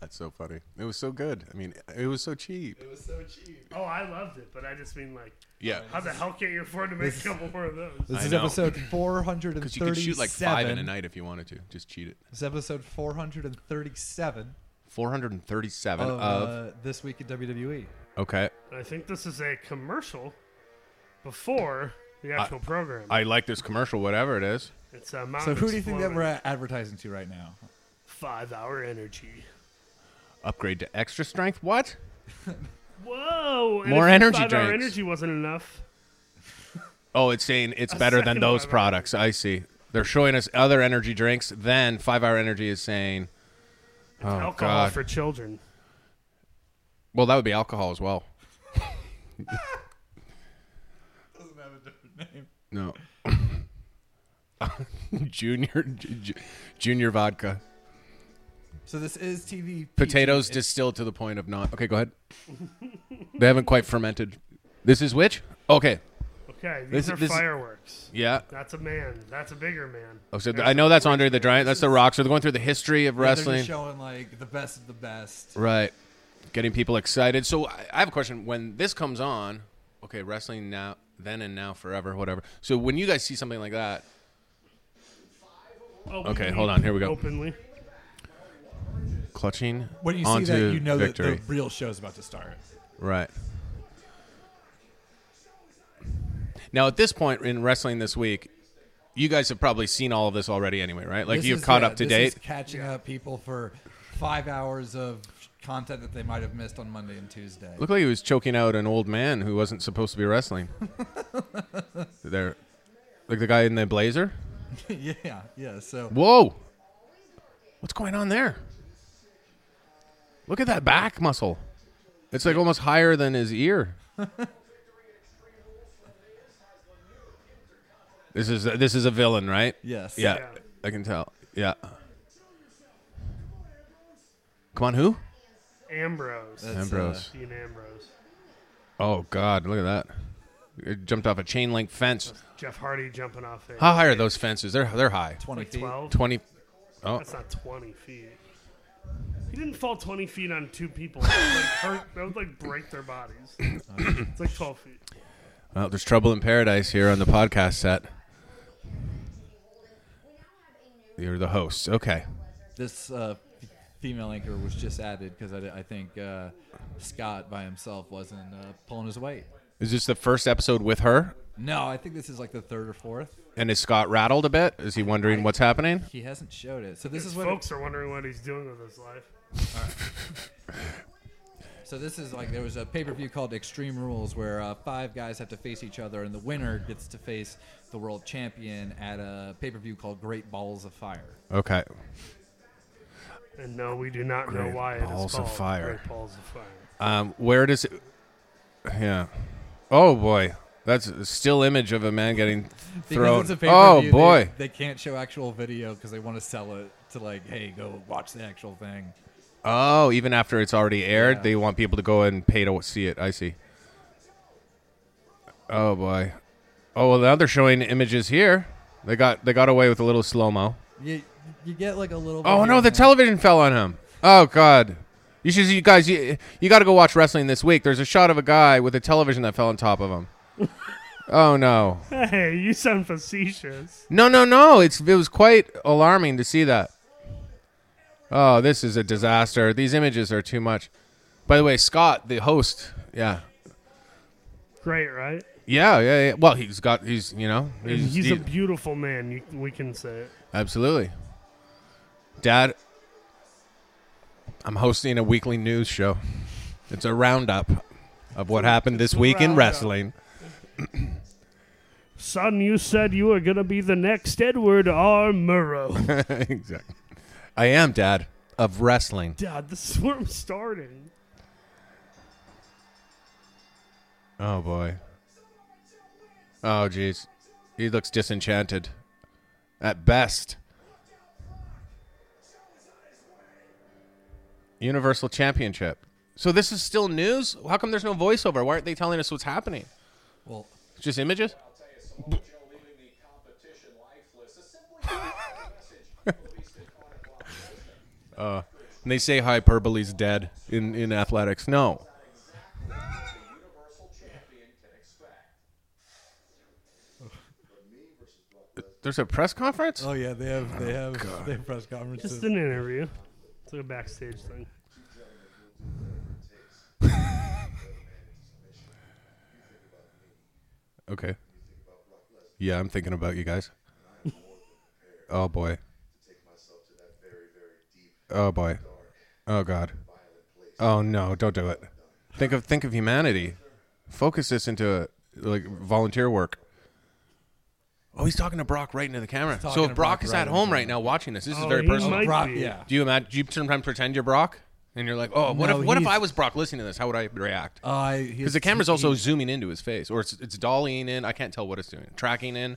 D: That's so funny. It was so good. I mean, it was so cheap.
B: It was so cheap.
C: Oh, I loved it, but I just mean like,
D: Yeah,
C: how the hell can you afford to make a couple more of those?
B: This
D: I
B: is
D: know.
B: episode 437.
D: because you could shoot like five in a night if you wanted to. Just cheat it.
B: This is episode 437
D: Four hundred and thirty-seven
B: of,
C: Oh,
D: of,
B: uh, This Week in WWE.
D: okay.
C: I think this is a commercial before the actual program.
D: I like this commercial, whatever it is.
C: it's uh, a mountain
B: So who do you think that
C: exploding.
B: we're a- advertising to right now?
C: Five hour energy.
D: Upgrade to extra strength. What?
C: Whoa! and
D: More
C: if the
D: energy
C: five-hour
D: drinks.
C: energy wasn't enough.
D: Oh, it's saying it's better than
C: second
D: those
C: five-hour.
D: products. I see. They're showing us other energy drinks. Then Five Hour Energy is saying, "Oh
C: Alcohol
D: God."
C: for children.
D: well, that would be alcohol as well.
B: Doesn't have a different name.
D: No. junior, ju- ju- junior vodka.
B: So this is TV.
D: Potatoes distilled to the point of not. Okay, go ahead. they haven't quite fermented. This is which? Okay.
C: Okay, these
D: This-
C: are
D: this-
C: fireworks.
D: Yeah.
C: That's a man. That's a bigger man.
D: Oh, so th- I know that's Andre the Giant. That's the Rock. So they're going through the history of
B: Yeah, They're
D: wrestling.
B: just showing like the best of the best.
D: Right. Getting people excited. So I I have a question. When this comes on, okay, wrestling now, then and now, forever, whatever. So when you guys see something like that,
C: Oh, we
D: Okay,
C: eat
D: hold on, here we go.
C: Openly.
D: clutching
B: When you see
D: onto
B: that, you know
D: victory.
B: that the real show's about to start.
D: Right. Now, at this point in wrestling this week, you guys have probably seen all of this already anyway, right? Like
B: This
D: you've
B: is-
D: caught
B: yeah,
D: up to
B: this
D: date.
B: Is catching up people for five hours of content that they might have missed on Monday and Tuesday.
D: Looked like he was choking out an old man who wasn't supposed to be wrestling. there. Like the guy in the blazer?
B: yeah, yeah. So
D: Whoa! What's going on there? Look at that back muscle. It's like almost higher than his ear. this is this is a villain, right?
B: yes.
D: Yeah,
C: Yeah.
D: I can tell. Yeah. Come on, who?
C: Ambrose.
B: That's, uh,
D: Ambrose.
C: Dean Ambrose.
D: Oh God, look at that! It jumped off a chain link fence.
C: Jeff Hardy jumping off a
D: How high are those fences? They're they're high.
B: Twenty
C: like
B: feet.
C: 12?
D: Twenty. Oh,
C: That's not 20 feet. He didn't fall 20 feet on two people. That would like, hurt, that would like break their bodies. It's like 12 feet.
D: well, there's trouble in paradise here on the podcast set. You're the host. Okay.
B: This uh, f- female anchor was just added because I, I think uh, Scott by himself wasn't uh, pulling his weight.
D: Is this the first episode with her?
B: No, I think this is like the third or fourth.
D: And is Scott rattled a bit? Is he wondering what's happening?
B: He hasn't showed it. So this
C: His
B: is what.
C: folks are wondering what he's doing with his life.
B: So this is like there was a pay per view called Extreme Rules where uh, five guys have to face each other, and the winner gets to face the world champion at a pay per view called Great Balls of Fire.
D: Okay.
C: And no, we do not know
D: Great
C: why it is
D: balls of
C: called
D: fire.
C: Great balls of fire.
D: Um, where does it? Yeah. Oh boy, that's a still image of a man getting
B: Because
D: thrown.
B: it's a
D: oh
B: pay-per-view,
D: boy,
B: they, they can't show actual video because they want to sell it to like, hey, go watch the actual thing.
D: Oh, even after it's already aired,
B: Yeah.
D: they want people to go and pay to see it. I see. Oh boy. Oh well, now they're showing images here. They got they got away with a little slow mo.
B: You you get like a little. bit
D: Oh
B: here
D: no,
B: and
D: the
B: there.
D: television fell on him. Oh god. You should, you guys, you, you got to go watch wrestling this week. There's a shot of a guy with a television that fell on top of him. oh no,
C: Hey, you sound facetious.
D: no, no, no! It's it was quite alarming to see that. Oh, this is a disaster. These images are too much. By the way, Scott, the host, yeah,
C: Great, right?
D: yeah, yeah. yeah. Well, he's got, he's, you know,
C: And
D: he's,
C: he's
D: he-
C: a beautiful man. You, we can say it.
D: Absolutely. Dad, I'm hosting a weekly news show. It's a roundup of what happened this
C: a
D: week in
C: roundup.
D: wrestling.
C: Son, you said you were gonna be the next Edward R. Murrow.
D: exactly. I am dad of wrestling.
C: Dad, the swarm's starting.
D: Oh boy. Oh jeez. He looks disenchanted at best. Universal Championship. So this is still news? How come there's no voiceover? Why aren't they telling us what's happening?
B: Well,
D: It's just images? Uh, And they say hyperbole's dead in, in athletics. No. There's a press conference?
B: oh yeah, they have they have they have press conferences.
C: Just an interview. It's like a backstage thing.
D: Okay. Yeah, I'm thinking about you guys. oh boy. Oh boy. Oh god. Oh no, don't do it. Think of think of humanity. Focus this into like volunteer work. Oh, he's talking to Brock right into the camera.
B: talking
D: So if
B: to
D: Brock,
B: Brock
D: is
B: right
D: at
B: into
D: home
B: the-
D: right now watching this, this is
C: Oh,
D: very
C: he
D: personal.
C: might-
B: Brock,
C: be.
B: yeah.
D: Do you imagine? Do you sometimes pretend you're Brock, and you're like, "Oh, what
B: No,
D: if what if
B: he's-
D: I was Brock listening to this? How would I react?"
B: Uh,
D: Because the camera's also zooming into his face, or it's it's dollying in. I can't tell what it's doing, tracking in,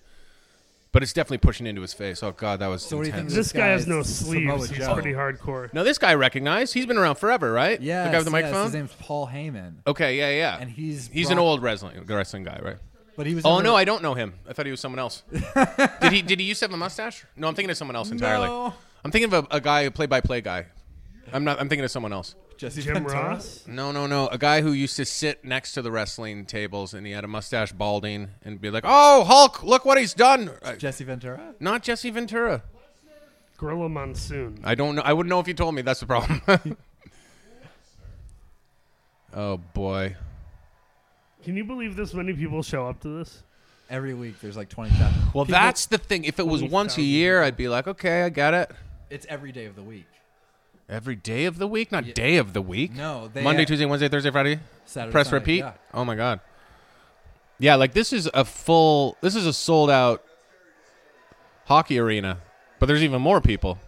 D: but it's definitely pushing into his face. Oh god, that was
B: So what do you
D: intense.
B: think
C: This, guy has no
B: guy's Samoa
C: sleeves. He's
B: Joe.
C: pretty hardcore.
D: Now this guy recognized. He's been around forever, right?
B: Yeah,
D: the guy with the
B: Yes,
D: microphone.
B: his name's Paul Heyman,
D: okay, yeah, yeah.
B: and he's
D: he's an
B: Brock-
D: old wrestling wrestling guy, right?
B: But he was.
D: Oh
B: in
D: no,
B: the-
D: I don't know him. I thought he was someone else. did he did he used to have a mustache? No, I'm thinking of someone else entirely.
B: No.
D: I'm thinking of a, a guy, a play by play guy. I'm not. I'm thinking of someone else.
B: Jesse
C: Jim
B: Ventura?
C: Ross?
D: No, no, no. A guy who used to sit next to the wrestling tables and he had a mustache balding and be like, oh, Hulk, look what he's done. Uh,
B: Jesse Ventura.
D: Not Jesse Ventura.
C: Gorilla Monsoon.
D: I don't know. I wouldn't know if you told me. That's the problem. oh, boy.
C: Can you believe this many people show up to this?
B: Every week there's like 20,000.
D: Well, that's the thing. If it was
C: 20,000
D: once a year, I'd be like, okay, I got it.
B: It's every day of the week.
D: Every day of the week? Not day of the week.
B: No, they
D: Monday,
B: had-
D: Tuesday, Wednesday, Thursday, Friday.
B: Saturday,
D: Press
B: Sunday,
D: repeat.
B: yeah.
D: Oh my god. Yeah, like this is a full. This is a sold out hockey arena, but there's even more people.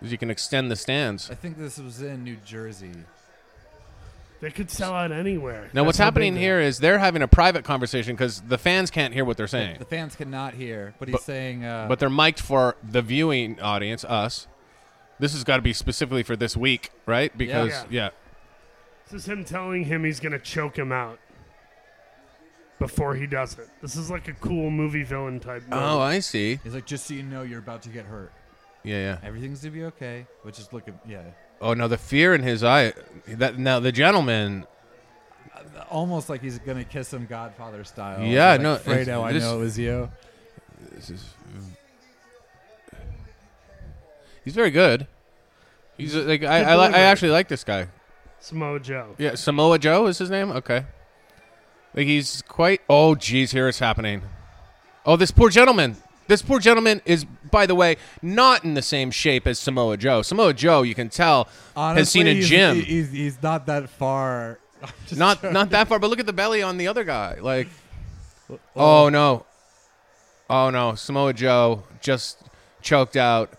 D: 'Cause You can extend the stands.
B: I think this was in New Jersey.
C: They could sell out anywhere.
D: Now, what's
C: That's how
D: happening
C: big they
D: here
C: are.
D: is they're having a private conversation because the fans can't hear what they're saying,
B: The fans cannot hear, but he's
D: But-
B: saying. Uh,
D: but they're mic'd for the viewing audience, us. This has got to be specifically for this week, right? Because
C: Yeah.
D: yeah.
C: This is him telling him he's gonna choke him out before he does it. This is like a cool movie villain type.
D: Oh,
C: moment.
D: I see.
B: he's like, just so you know, you're about to get hurt.
D: Yeah, yeah.
B: Everything's gonna be okay. But just look at yeah,
D: Oh no, the fear in his eye. That now the gentleman
B: almost like he's gonna kiss him Godfather style.
D: Yeah,
B: like,
D: no, it's-
B: Fredo, I
D: this-
B: know it was you.
D: He's very good. He's uh, like I
C: Good
D: I, li- I
C: delivery.
D: actually like this guy.
C: Samoa Joe.
D: Yeah, Samoa Joe is his name. Okay, like he's quite. Oh, geez, here it's happening. Oh, this poor gentleman. This poor gentleman is, by the way, not in the same shape as Samoa Joe. Samoa Joe, you can tell,
B: Honestly,
D: has seen a
B: he's- e-,
D: gym.
B: He's, he's, not that far. I'm just
D: not
B: joking.
D: not that far, but look at the belly on the other guy. Like, oh no, oh no, Samoa Joe just choked out.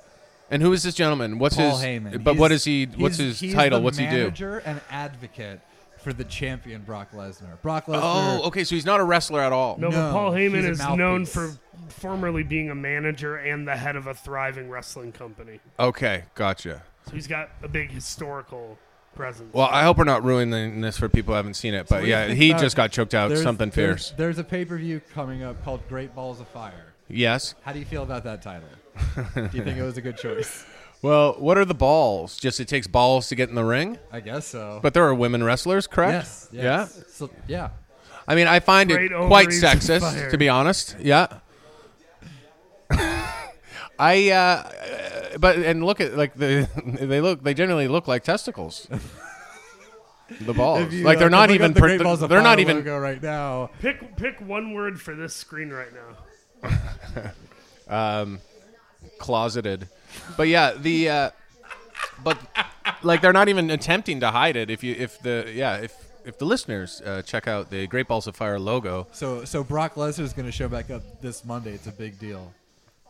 D: And who is this gentleman? What's
B: Paul
D: his?
B: Heyman.
D: But what
B: He's-
D: is he? What's
B: he's-
D: his
B: he's
D: title?
B: the
D: What's he do?
B: Manager and advocate for the champion Brock Lesnar. Brock Lesnar.
D: Oh, okay. So he's not a wrestler at all.
C: No,
B: No,
C: but Paul Heyman
B: he's a
C: is known
B: mouthpiece.
C: for formerly being a manager and the head of a thriving wrestling company.
D: Okay, gotcha.
C: So he's got a big historical presence.
D: Well, I hope we're not ruining this for people who haven't seen it. But
B: What do you
D: yeah,
B: think
D: he
B: about-
D: just got choked out.
B: there's-
D: Something
B: there's-
D: fierce.
B: There's, a pay per view coming up called Great Balls of Fire.
D: Yes.
B: How do you feel about that title? do you think it was a good choice?
D: Well, what are the balls? Just it takes balls to get in the ring,
B: I guess so.
D: but there are women wrestlers, correct?
B: yes, yes. So, yeah.
D: Yeah. I mean, I find
C: Great
D: it quite
C: ovaries
D: sexist,
C: fired.
D: to be honest. Yeah. I, uh, but and look at like the they look they generally look like testicles. The balls,
B: If you,
D: like
B: uh,
D: they're not
B: look
D: even
B: up the
D: per-
B: Great Balls of
D: they're not
B: Fire
D: even
B: logo right now.
C: Pick pick one word for this screen right now.
D: closeted. But yeah, the uh, but like they're not even attempting to hide it. If you if the yeah if if the listeners uh, check out the Great Balls of Fire logo,
B: So so Brock Lesnar's going to show back up this Monday. It's a big deal.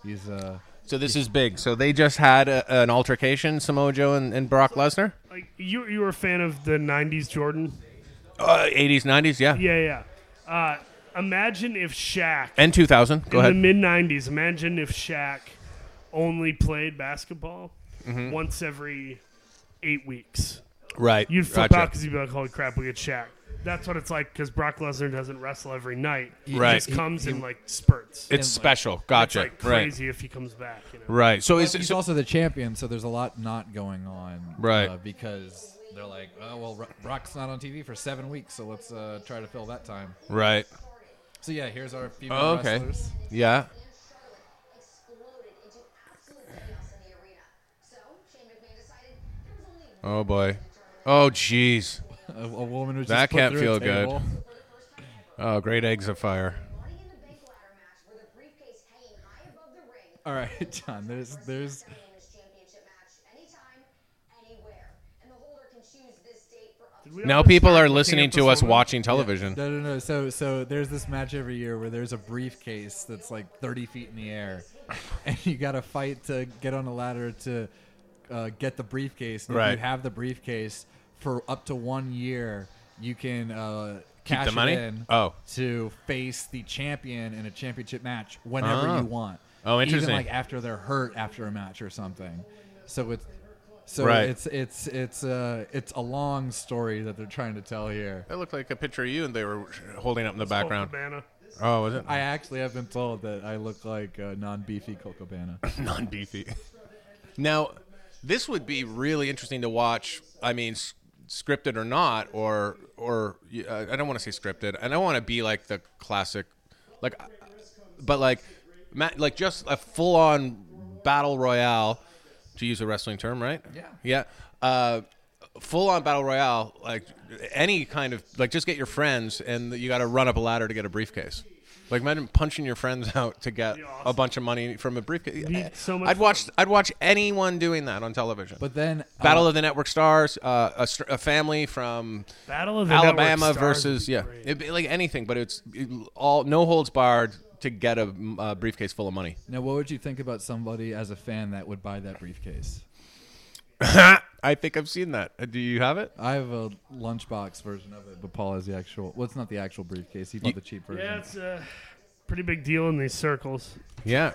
B: He's uh
D: so this is big. So they just had a, an altercation, Samoa Joe and, and Brock Lesnar,
C: Like you you were a fan of the '90s Jordan?
D: Uh, eighties, nineties, yeah,
C: Yeah, yeah. Uh, imagine if Shaq
D: and two thousand. Go
C: in
D: ahead.
C: the mid '90s. Imagine if Shaq only played basketball
D: Mm-hmm.
C: once every eight weeks.
D: right.
C: You'd flip
D: Gotcha.
C: out because you'd be like, "Holy crap, we get Shaq." That's what it's like because Brock Lesnar doesn't wrestle every night. He
D: Right.
C: just comes in like spurts.
D: It's special.
C: It's
D: Gotcha.
C: like crazy if he comes back. You know?
D: Right. Right. So is it,
B: he's
D: so,
B: also the champion, so there's a lot not going on.
D: Right.
B: uh, because they're like, oh well, Ro- Brock's not on TV for seven weeks, so let's uh, try to fill that time.
D: right.
B: So yeah, here's our female
D: Oh, okay.
B: wrestlers.
D: Yeah. Oh boy. Oh jeez.
B: A, a woman who's
D: That
B: just put
D: can't
B: through
D: feel
B: a
D: good.
B: table.
D: Oh, great eggs of fire.
B: All right, John. There's there's
D: Now people are listening
C: up
D: to
C: this
D: us
C: woman?
D: watching television.
B: no no no. So so there's this match every year where there's a briefcase that's like 30 feet in the air, and you got to fight to get on a ladder to uh, get the briefcase. And if
D: Right.
B: you have the briefcase for up to one year. You can uh, cash
D: the
B: it
D: money?
B: in
D: Oh.
B: to face the champion in a championship match whenever
D: Oh.
B: you want.
D: Oh, interesting.
B: Even like after they're hurt after a match or something. So it's so
D: Right.
B: it's it's it's uh it's a long story that they're trying to tell here.
D: That looked like a picture of you, and they were holding up in the
C: Oh,
D: background.
C: Cabana.
D: Oh, was it
B: I actually have been told that I look like uh, non-beefy Cocobana.
D: non beefy? Now, this would be really interesting to watch. I mean, s- scripted or not, or or uh, I don't want to say scripted. I don't want to be like the classic, like, uh, but like, ma- like just a full on battle royale, to use a wrestling term, right?
B: Yeah.
D: Yeah. Uh, full on battle royale, like any kind of like, just get your friends, and you got to run up a ladder to get a briefcase. Like imagine punching your friends out to get a
C: awesome.
D: bunch of money from a briefcase. Eh,
C: Be so much
D: I'd watch. I'd watch anyone doing that on television.
B: But then uh,
D: Battle of the Network Stars, uh, a, str- a family from
C: Battle of the
D: Alabama
C: Network Stars would
D: versus
C: be
D: yeah,
C: great.
D: it'd be like anything, but it's it- all no holds barred to get a, uh briefcase full of money.
B: now, what would you think about somebody as a fan that would buy that briefcase?
D: I think I've seen that. Uh, Do you have it?
B: I have a lunchbox version of it, but Paul has the actual. Well, it's not the actual briefcase. He bought the cheap version.
C: Yeah, it's a pretty big deal in these circles.
D: Yeah,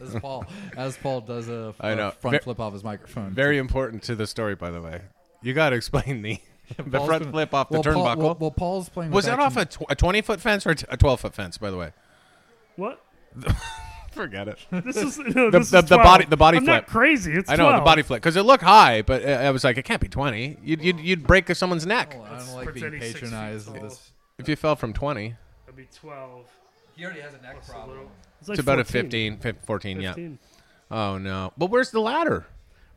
B: As Paul, as Paul does a,
D: I
B: a
D: know.
B: front
D: Ver-
B: flip off his microphone.
D: very important to the story, by the way. You got to explain the the
B: Paul's
D: front
B: gonna-
D: flip off the
B: well, Paul-
D: turnbuckle.
B: well, well, Paul's playing.
D: was
B: with
D: that off a
B: action-
D: tw- a twenty foot fence or a t- a twelve foot fence? By the way,
C: What?
D: forget it.
C: This is no,
D: The-
C: this
D: the-
C: is
D: the
C: 12.
D: body- the body
C: I'm not
D: flip.
C: crazy. It's
D: I know
C: 12.
D: the body flip because it looked high, but uh, I was like, it can't be twenty. You'd you'd, you'd break someone's neck
B: I don't like being
C: pretending six feet
B: patronized.
C: tall.
B: with This.
D: if you fell from twenty.
C: That'd be 12.
B: He already has a neck
C: It's a little- It's,
D: It's
C: like
D: about
C: 14,
D: a 15, 15, 14,
C: 15.
D: yeah. Oh no! But where's the ladder?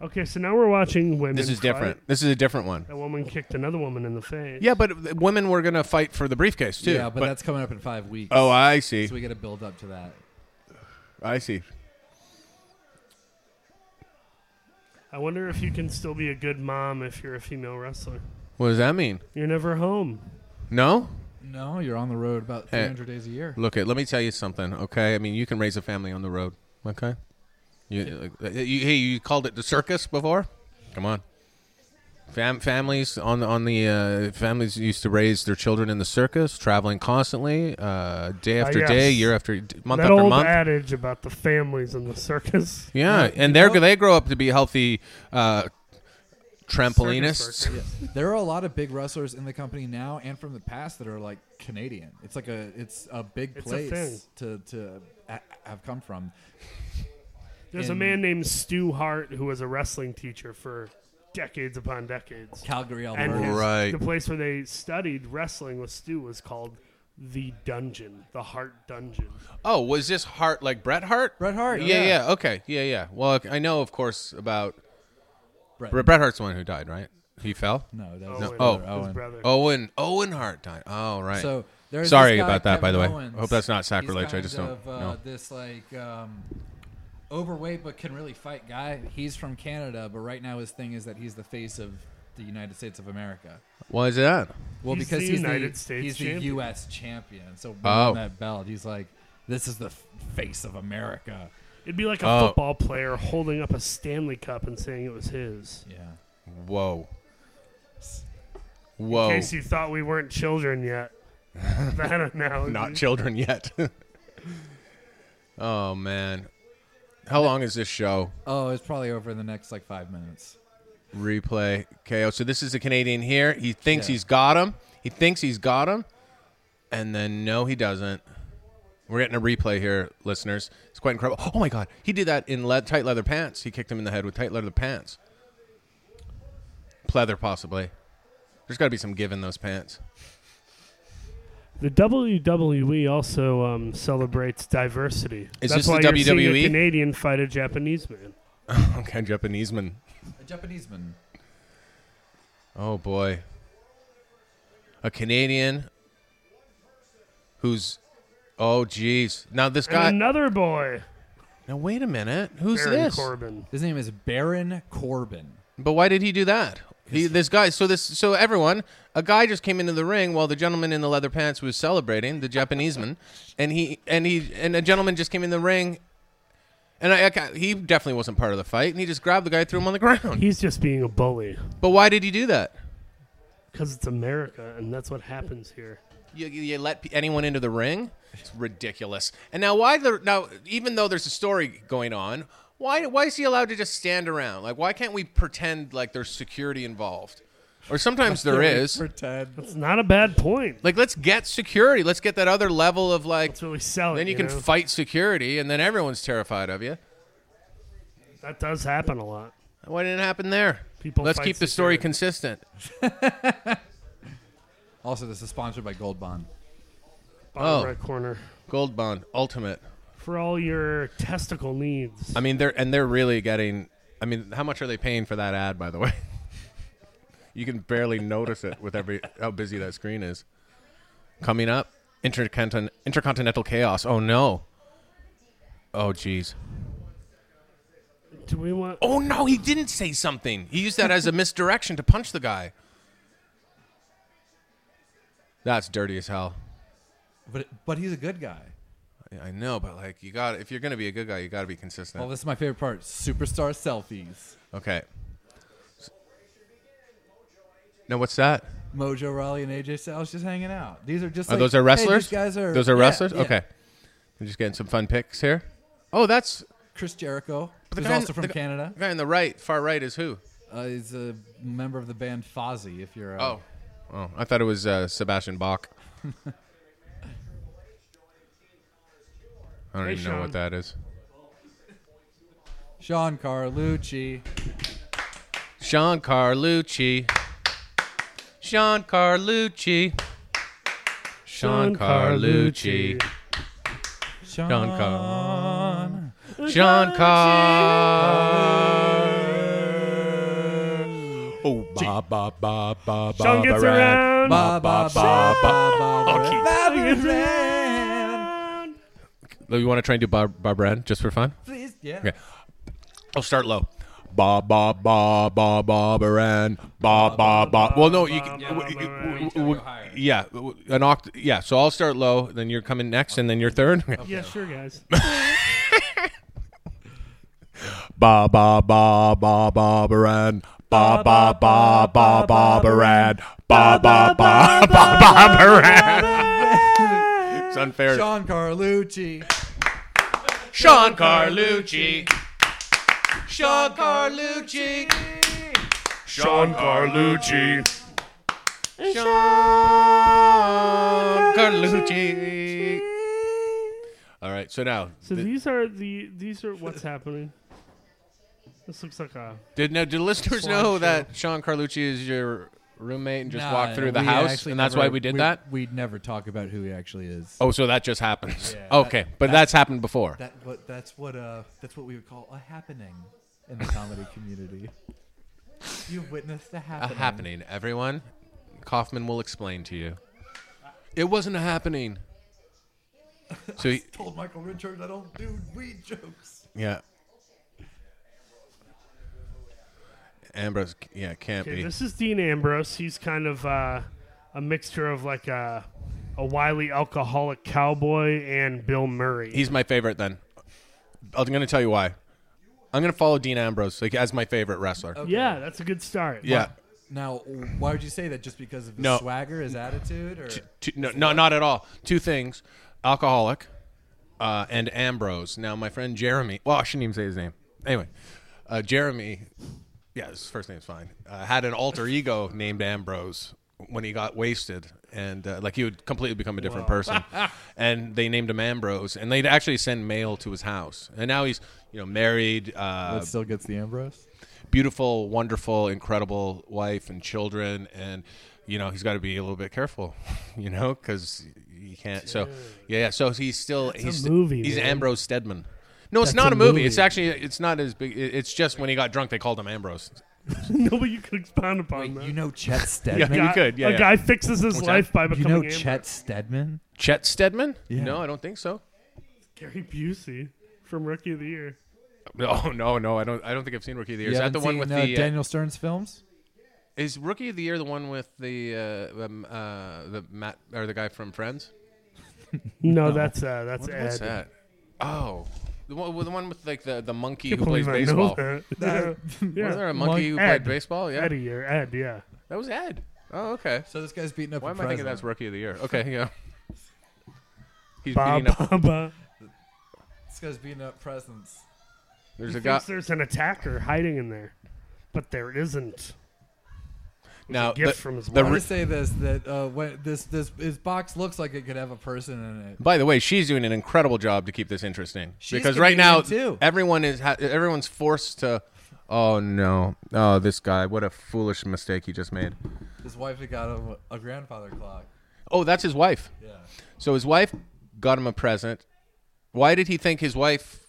C: Okay, so now we're watching women.
D: This is
C: fight.
D: different. This is a different one.
C: That woman kicked another woman in the face.
D: Yeah, but th- women were gonna fight for the briefcase too.
B: Yeah, but, that's coming up in five weeks.
D: oh, I see.
B: so we got to build up to that.
D: I see.
C: I wonder if you can still be a good mom if you're a female wrestler.
D: What does that mean?
C: You're never home.
D: No.
B: No, you're on the road about
D: Hey.
B: 300 days a year.
D: Look, it. Let me tell you something. Okay, I mean you can raise a family on the road. Okay. You, like, uh, you, hey, you called it the circus before. Come on. Fam- families on on the uh, families used to raise their children in the circus, traveling constantly, uh, day after
C: yes.
D: day, year after d- month
C: that
D: after
C: old
D: month.
C: adage about the families in the circus.
D: Yeah, and
B: you
D: they're
B: know-
D: they grow up to be healthy uh,
C: Circus
D: trampolinists.
C: worker.
B: There are a lot of big wrestlers in the company now and from the past that are like Canadian. It's like a it's a big
C: It's a
B: place to to ha- have come from.
C: There's a
B: in
C: man named Stu Hart who was a wrestling teacher for decades upon decades.
B: Calgary,
C: And
B: Alberta.
C: his,
D: Right.
C: the place where they studied wrestling with Stu was called the Dungeon, the Hart Dungeon.
D: Oh, was this Hart like Bret Hart?
B: Bret Hart,
D: Yeah,
B: yeah.
D: yeah. Okay. Yeah, yeah. Well, okay, I know, of course, about
B: Bret.
D: Bret. Bret Hart's the one who died, right? He fell.
B: No, that was
C: Owen,
B: his
D: oh.
B: brother,
C: his
B: Owen.
C: brother.
D: Owen Owen Hart died. Oh, right.
B: So there's
D: Sorry
B: this guy,
D: about that, by
B: Kevin
D: the way.
B: Owens.
D: I hope that's not
B: He's
D: sacrilege. I
B: kind
D: just don't
B: of, uh,
D: know.
B: This like um, overweight but can really fight guy. He's from Canada, but right now his thing is that he's the face of the United States of America.
D: Why is that?
B: Well,
C: He's
B: because
C: the
B: he's
C: United
B: the,
C: States
B: he's
C: champion.
B: the U.S. champion. So when
D: Oh.
B: that belt, he's like, this is the f- face of America.
C: It'd be like a
D: Oh.
C: football player holding up a Stanley Cup and saying it was his.
B: Yeah.
D: Whoa. Whoa.
C: In
D: Oh.
C: case you thought we weren't children yet. that analogy.
D: Not children yet. oh man. How long is this show?
B: Oh, it's probably over in the next like five minutes.
D: Replay KO. So this is the Canadian here. He thinks
B: Yeah.
D: he's got him. He thinks he's got him, and then no, he doesn't. We're getting a replay here, listeners. It's quite incredible. Oh my god, he did that in le- tight leather pants. He kicked him in the head with tight leather pants. Pleather, possibly. There's got to be some give in those pants.
C: The WWE also um, celebrates diversity.
D: Is
C: That's
D: this the E?
C: why you're seeing
D: WWE?
C: a Canadian fight a Japanese man.
D: Okay, Japanese man.
B: A Japanese man.
D: Oh boy. A Canadian who's oh geez. Now this
C: And
D: guy
C: another boy,
D: now wait a minute. Who's
C: Baron
D: this?
C: Corbin.
B: His name is Baron Corbin.
D: But why did he do that? He, this guy so this so everyone, a guy just came into the ring while the gentleman in the leather pants was celebrating, the Japanese man, and he and he and a gentleman just came in the ring and I, I- he definitely wasn't part of the fight, and he just grabbed the guy, threw him on the ground.
C: He's just being a bully
D: But why did he do that?
C: because it's America, and that's what happens here.
D: You, you you let pe- anyone into the ring? It's ridiculous. And now, why the now? Even though there's a story going on, why why is he allowed to just stand around? Like, why can't we pretend like there's security involved? Or sometimes there is.
B: Pretend.
C: It's not a bad point.
D: Like, let's get security. Let's get that other level of like.
C: It's really selling.
D: Then you, can
C: know?
D: fight security, and then everyone's terrified of you.
C: that does happen a lot.
D: Why didn't it happen there?
C: People
D: let's
C: fight
D: keep the story
C: security.
D: consistent.
B: Also, this is sponsored by Gold Bond.
C: Bottom
D: Oh.
C: right corner
D: Gold Bond Ultimate.
C: for all your testicle needs.
D: I mean, they're and they're really getting. I mean, how much are they paying for that ad? By the way, you can barely notice it with every how busy that screen is. Coming up, intercontin- intercontinental chaos. Oh no. Oh jeez.
C: Do we want?
D: Oh no, he didn't say something. He used that as a misdirection to punch the guy. That's dirty as hell.
B: But but he's a good guy.
D: Yeah, I know, but like you got if you're gonna be a good guy, you got to be consistent.
B: Well, this is my favorite part. Superstar selfies.
D: okay. Now what's that?
B: Mojo Raleigh and AJ Styles just hanging out. These are just
D: Are
B: like,
D: those
B: hey,
D: are wrestlers?
B: these guys are
D: Those are
B: yeah,
D: wrestlers.
B: yeah.
D: Okay, we're just getting some fun picks here. Oh, that's
B: Chris Jericho,
D: the
B: who's
D: guy-
B: also from
D: the guy-
B: Canada,
D: the guy on the right, far right is who?
B: uh, is a member of the band Fozzy. If you're uh,
D: Oh, oh, I thought it was uh, Sebastian Bach. I don't
C: Hey,
D: even know
C: Sean.
D: what that is.
B: Sean Carlucci,
D: Sean Carlucci. Sean Carlucci. Sean Carlucci.
B: Sean,
D: Sean Car. Sean Car. Oh, ba ba ba ba
C: Sean gets around.
B: ba ba ba ba ba
C: Gets
B: ba.
C: around.
D: You want to try and do Bob Barbaran just for fun?
B: Please, yeah.
D: Okay. I'll Oh, start low. Ba ba ba ba ba baran ba ba ba. Well, no, you can.
C: Ba,
D: w-
C: ba,
D: w-
C: ba,
D: w-
C: ba.
D: w- yeah, w- an oct. Yeah, so I'll start low, then you're coming next, and then you're third.
C: Yeah, sure, guys.
D: Ba ba ba ba ba baran ba ba ba ba ba baran ba ba ba ba ba baran. It's unfair.
B: Sean Carlucci.
D: Sean Carlucci. Sean Carlucci.
C: Sean Carlucci.
D: Sean Carlucci. All right, so now
C: So these are the these are what's happening. This looks like a.
D: Did no? Did listeners
B: Slideshow.
D: know that Sean Carlucci is your roommate and just
B: Nah,
D: walked through the
B: we
D: house,
B: actually
D: and that's
B: never-
D: why we did that?
B: We never talk about who he actually is.
D: Oh, so that just happens.
B: Yeah,
D: okay,
B: that-
D: but
B: that-
D: that's happened before.
B: That what that's what uh that's what we would call a happening in the comedy community. You witnessed a
D: a
B: happening.
D: happening, everyone. Kaufman will explain to you. It wasn't a happening. So he,
B: Told Michael Richards I don't do weed jokes.
D: yeah. Ambrose, yeah, can't
C: Okay,
D: be.
C: this is Dean Ambrose. He's kind of uh, a mixture of like a a wily alcoholic cowboy and Bill Murray.
D: He's my favorite. Then I'm going to tell you why. I'm going to follow Dean Ambrose like as my favorite wrestler.
B: Uh,
C: yeah, that's a good start.
D: Yeah.
B: Now, why would you say that? Just because of his
D: No.
B: swagger, his attitude, or
D: Two, no, no, not at all. Two things: alcoholic uh, and Ambrose. Now, my friend Jeremy. Well, I shouldn't even say his name. Anyway, uh, Jeremy. Yeah, his first name's fine. Uh, had an alter ego named Ambrose when he got wasted, and uh, like he would completely become a different person. and they named him Ambrose, and they'd actually send mail to his house. And now he's you know married. Uh,
B: that still gets the Ambrose?
D: beautiful, wonderful, incredible wife and children, and you know he's got to be a little bit careful, you know, because you can't. So yeah, yeah. So he's still he's
C: movie,
D: He's
C: man.
D: Ambrose Stedman. No, it's
C: That's
D: not
C: a
D: a movie.
C: movie.
D: It's actually it's not as big. it- It's just when he got drunk, they called him Ambrose.
C: Nobody you could expound upon that.
B: You know Chet
D: Yeah,
B: Stedman.
D: you
C: Guy-
D: could, yeah,
C: a
D: yeah.
C: guy fixes his
D: What's
C: life
D: that?
C: by
B: you
C: becoming
B: know
C: Ambrose.
B: Chet Stedman?
D: Chet Stedman?
B: Yeah.
D: No, I don't think so.
C: Gary Busey from Rookie of the Year.
D: No, Oh, no, no. I don't. I don't think I've seen Rookie of the Year.
B: You
D: Is that
B: haven't
D: the one
B: seen,
D: with
B: uh,
D: the? Uh,
B: Daniel Stern's films?
D: is Rookie of the Year the one with the uh, um, uh, the Matt or the guy from Friends?
C: No, that's uh, that's Ed.
D: What's that? Oh, the one, well, the one with like the, the monkey
C: Can't
D: who plays
C: believe I know
D: baseball.
C: that. Yeah.
D: Was there a monkey who
C: Ed.
D: played baseball? Yeah,
C: Ed a year. Ed, yeah.
D: that was Ed. Oh, okay.
B: So this guy's beating up.
D: Why
B: a
D: am I thinking that's
B: president.
D: Rookie of the Year? Okay, yeah. He's
C: Ba,
D: beating up.
C: ba, ba.
B: This guy's beating up presidents.
D: There's a guy
C: Thinks there's an attacker hiding in there, but there isn't.
D: now.
C: gift
D: the-
C: from his
D: the
B: I
C: wife.
D: re-
B: want to say this that uh, when this this his box looks like it could have a person in it.
D: By the way, she's doing an incredible job to keep this interesting
B: She's
D: because right now
B: comedian, too.
D: everyone is ha- everyone's forced to. Oh no! Oh, this guy! What a foolish mistake he just made.
B: His wife had got him a grandfather clock.
D: Oh, that's his wife.
B: Yeah,
D: So his wife got him a present. Why did he think his wife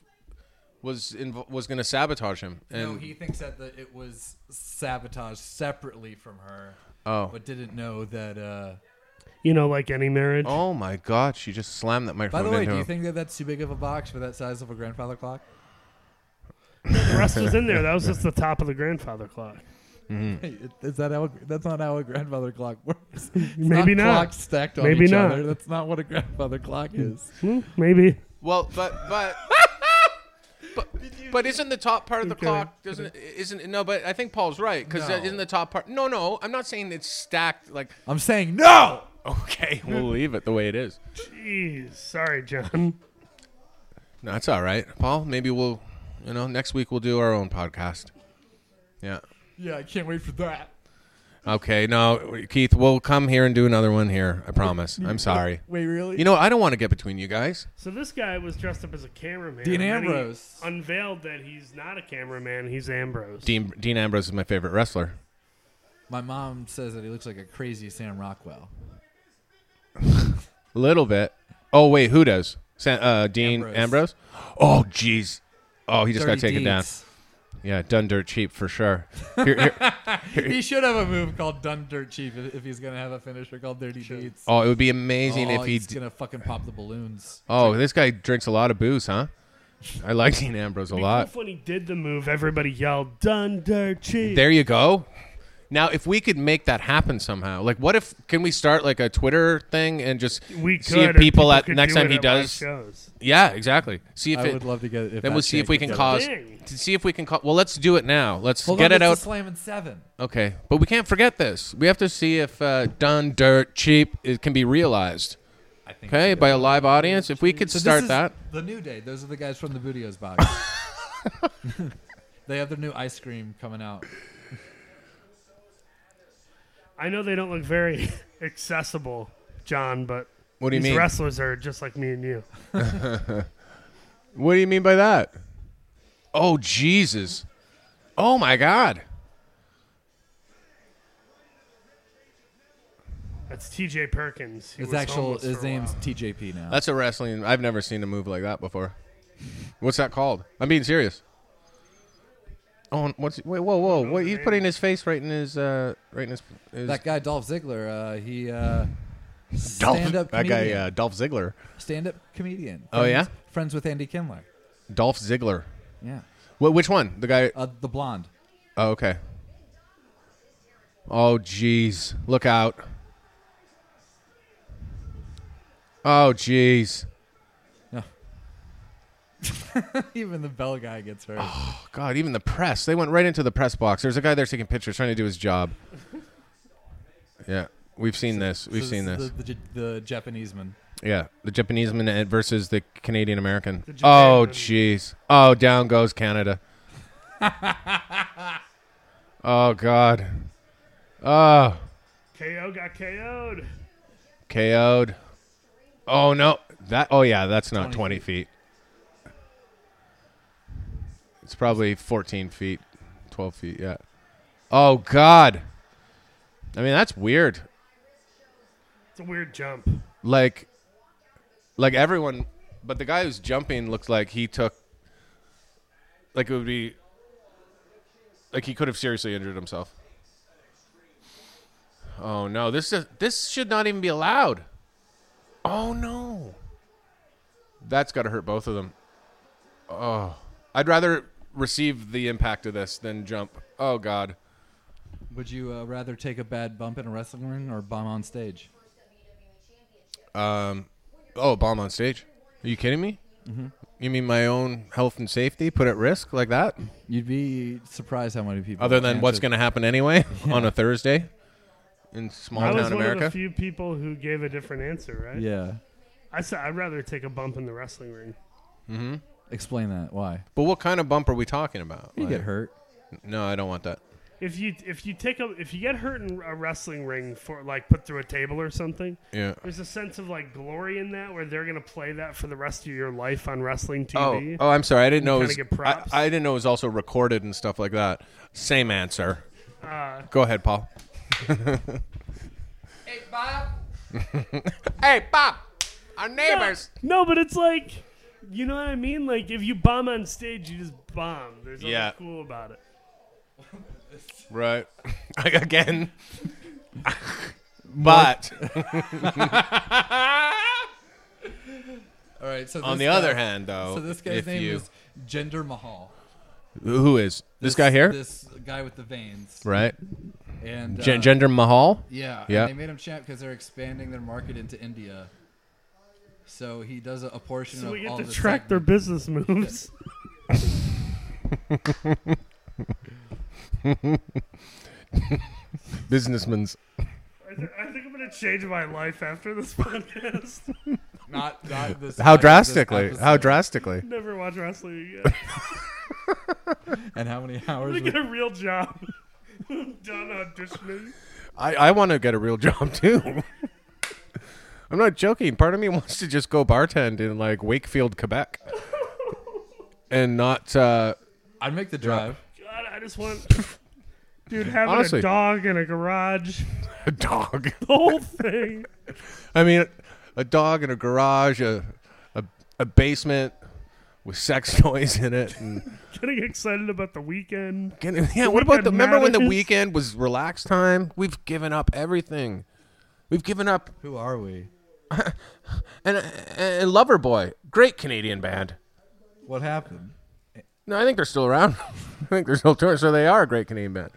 D: was inv- was going to sabotage him? And
B: no, he thinks that the, it was sabotaged separately from her,
D: oh,
B: but didn't know that. Uh,
C: You know, like any marriage.
D: oh my God! She just slammed that
B: by
D: microphone
B: the way,
D: into
B: do
D: him.
B: you think that that's too big of a box for that size of a grandfather clock?
C: The rest was in there. That was just the top of the grandfather clock.
B: Is that how? That's not how a grandfather clock works. It's
C: Maybe not.
B: clocks stacked on
C: Maybe
B: each
C: not.
B: other. That's not what a grandfather clock is.
C: Hmm, maybe.
D: well, but but. But, but isn't the top part of the
C: Okay.
D: clock doesn't isn't no? But I think Paul's right because
B: No.
D: isn't the top part? No, no, I'm not saying it's stacked like.
B: I'm saying no.
D: Okay, we'll leave it the way it is.
C: Jeez. Sorry, John.
D: No, that's all right, Paul. Maybe we'll, you know, next week we'll do our own podcast. Yeah.
B: Yeah, I can't wait for that.
D: Okay, no, Keith, we'll come here and do another one here. I promise. I'm sorry.
B: Wait, really?
D: You know, I don't want to get between you guys.
C: So this guy was dressed up as a cameraman.
B: Dean
C: and then he
B: Ambrose.
C: unveiled that he's not a cameraman. He's Ambrose.
D: Dean, Dean Ambrose is my favorite wrestler.
B: My mom says that he looks like a crazy Sam Rockwell.
D: A little bit. Oh wait, who does? Sa- uh, Dean Ambrose.
B: Ambrose.
D: Oh jeez. Oh, he just got
B: Dirty
D: taken down.
B: deeds.
D: Yeah, done dirt cheap for sure. Here- here-
B: He should have a move called Dun Dirt Cheap if if he's gonna have a finisher called Dirty Deeds.
D: oh, it would be amazing
B: Oh,
D: if he.
B: he's
D: D-
B: gonna fucking pop the balloons.
D: oh, this guy drinks a lot of booze, huh? I like Dean Ambrose a
C: It'd be
D: lot.
C: cool if when he did the move, everybody yelled "Dundercheek."
D: There you go. Now, if we could make that happen somehow, like, what if can we start like a Twitter thing and just
C: we could,
D: see
C: or
D: if people at
C: could
D: next
C: do
D: time
C: it
D: he
C: at live
D: does?
C: shows.
D: Yeah, exactly. See if
B: I
D: it.
B: would love to get. If
D: Then we'll
B: that
D: see if
B: shit
D: we can
B: gets
C: call-
D: cause.
C: Dang.
D: To see if we can call. Well, let's do it now. Let's
B: Hold on,
D: get it
B: it's
D: out.
B: a Slam and seven.
D: Okay, but we can't forget this. We have to see if uh, done dirt cheap it can be realized.
B: I think.
D: Okay, by a live audience. If we could
B: So this
D: start
B: is
D: that.
B: The New Day. Those are the guys from the Budios box. they have their new ice cream coming out.
C: I know they don't look very accessible, John, but
D: What do you
C: these
D: mean?
C: wrestlers are just like me and you.
D: what do you mean by that? Oh Jesus! Oh my God.
C: That's T.J. Perkins. He
B: His
C: was
B: actual
C: homeless
B: his
C: for a
B: name's
C: while.
B: TJP now.
D: That's a wrestling. I've never seen a move like that before. What's that called? I'm being serious. Oh, and what's wait? Whoa, whoa! What, he's putting his face right in his, uh, right in his. his
B: that guy Dolph Ziggler. Uh, he uh,
D: Dolph-
B: stand up
D: That
B: comedian.
D: guy, uh, Dolph Ziggler.
B: stand up comedian.
D: Oh,
B: Friends-
D: yeah?
B: friends with Andy Kindler.
D: Dolph Ziggler.
B: Yeah,
D: What? Which one? The guy.
B: uh, the blonde.
D: Oh, okay. Oh, jeez. Look out. Oh, jeez.
B: No. Even the bell guy gets hurt.
D: Oh, God, even the press. They went right into the press box. There's a guy there taking pictures, trying to do his job. Yeah, we've seen this. We've
B: So
D: seen
B: is
D: this.
B: The, the, J- the Japanese man.
D: Yeah, the Japanese man and- versus the Canadian American.
C: The Japan
D: Oh,
C: man.
D: jeez. Oh, down goes Canada. oh, God. Oh.
C: KO got KO'd.
D: KO'd. Oh no. That oh yeah, that's not
B: 20
D: 20 feet. It's probably 14 feet, 12 feet, yeah. Oh god. I mean, that's weird.
C: It's a weird jump.
D: Like like everyone but the guy who's jumping looks like he took like it would be like he could have seriously injured himself. Oh no, this is, this should not even be allowed. Oh no. That's got to hurt both of them. Oh, I'd rather receive the impact of this than jump. Oh god.
B: Would you uh, rather take a bad bump in a wrestling ring or bomb on stage?
D: Um oh, bomb on stage. Are you kidding me?
C: Mm-hmm.
D: You mean my own health and safety put at risk like that?
C: Mm-hmm.
B: You'd be surprised how many people.
D: Other than what's going to happen anyway on a Thursday in
C: I
D: small
C: was
D: town
C: one of the
D: America.
C: few people who gave a different answer, right?
B: Yeah.
C: I said I'd rather take a bump in the wrestling ring.
B: Explain that. Why?
D: But what kind of bump are we talking about?
B: You
D: Like,
B: get hurt.
D: No, I don't want that.
C: If you if you take a if you get hurt in a wrestling ring for like put through a table or something,
D: Yeah.
C: there's a sense of like glory in that where they're gonna play that for the rest of your life on wrestling
D: Oh,
C: TV.
D: oh, I'm sorry. I didn't know.
C: kinda
D: It was,
C: get
D: I,
C: props.
D: I didn't know it was also recorded and stuff like that. Same answer.
C: Uh.
D: Go ahead, Paul.
A: Hey, Bob.
D: Hey, Bob. Our neighbors.
C: No, but it's like you know what I mean? Like if you bomb on stage, you just bomb. There's nothing
D: Yeah.
C: cool about it.
D: Right. Again. but
B: All right. So
D: on the
B: this
D: other
B: guy-
D: hand, though,
B: so this guy's
D: if
B: name
D: you,
B: is Gender Mahal.
D: who is this, guy here?
B: This guy with the veins.
D: right.
B: And
D: Gen-
B: uh,
D: Gender Mahal.
B: Yeah,
D: Yeah.
B: And they made him champ because they're expanding their market into India. So he does a, a portion
C: So
B: of
C: we get
B: all
C: to
B: the
C: track their
B: segments.
C: business moves.
D: Businessmen's.
C: I, th- I think I'm gonna change my life after this podcast.
B: Not, not this
D: How
B: episode, this
D: drastically? How
B: episode.
D: drastically?
C: Never watch wrestling again.
B: And how many
C: I'm
B: hours?
C: gonna
B: we-
C: get a real job. I'm done auditioning.
D: I, I want to get a real job too. I'm not joking. Part of me wants to just go bartend in like Wakefield, Quebec, and not. Uh,
B: I'd make the drive.
C: God, I just want. Dude, having
D: Honestly.
C: a dog in a garage,
D: a dog.
C: the whole thing.
D: I mean, a dog in a garage, a, a, a basement with sex toys in it. And
C: Getting excited about the weekend.
D: getting, yeah, what about the?
C: Weekend
D: Remember when the
C: matters.
D: weekend was relax time? We've given up everything. We've given up.
B: Who are we?
D: And, and Loverboy, great Canadian band.
B: What happened?
D: No, I think they're still around. I think they're still touring, so they are a great Canadian band.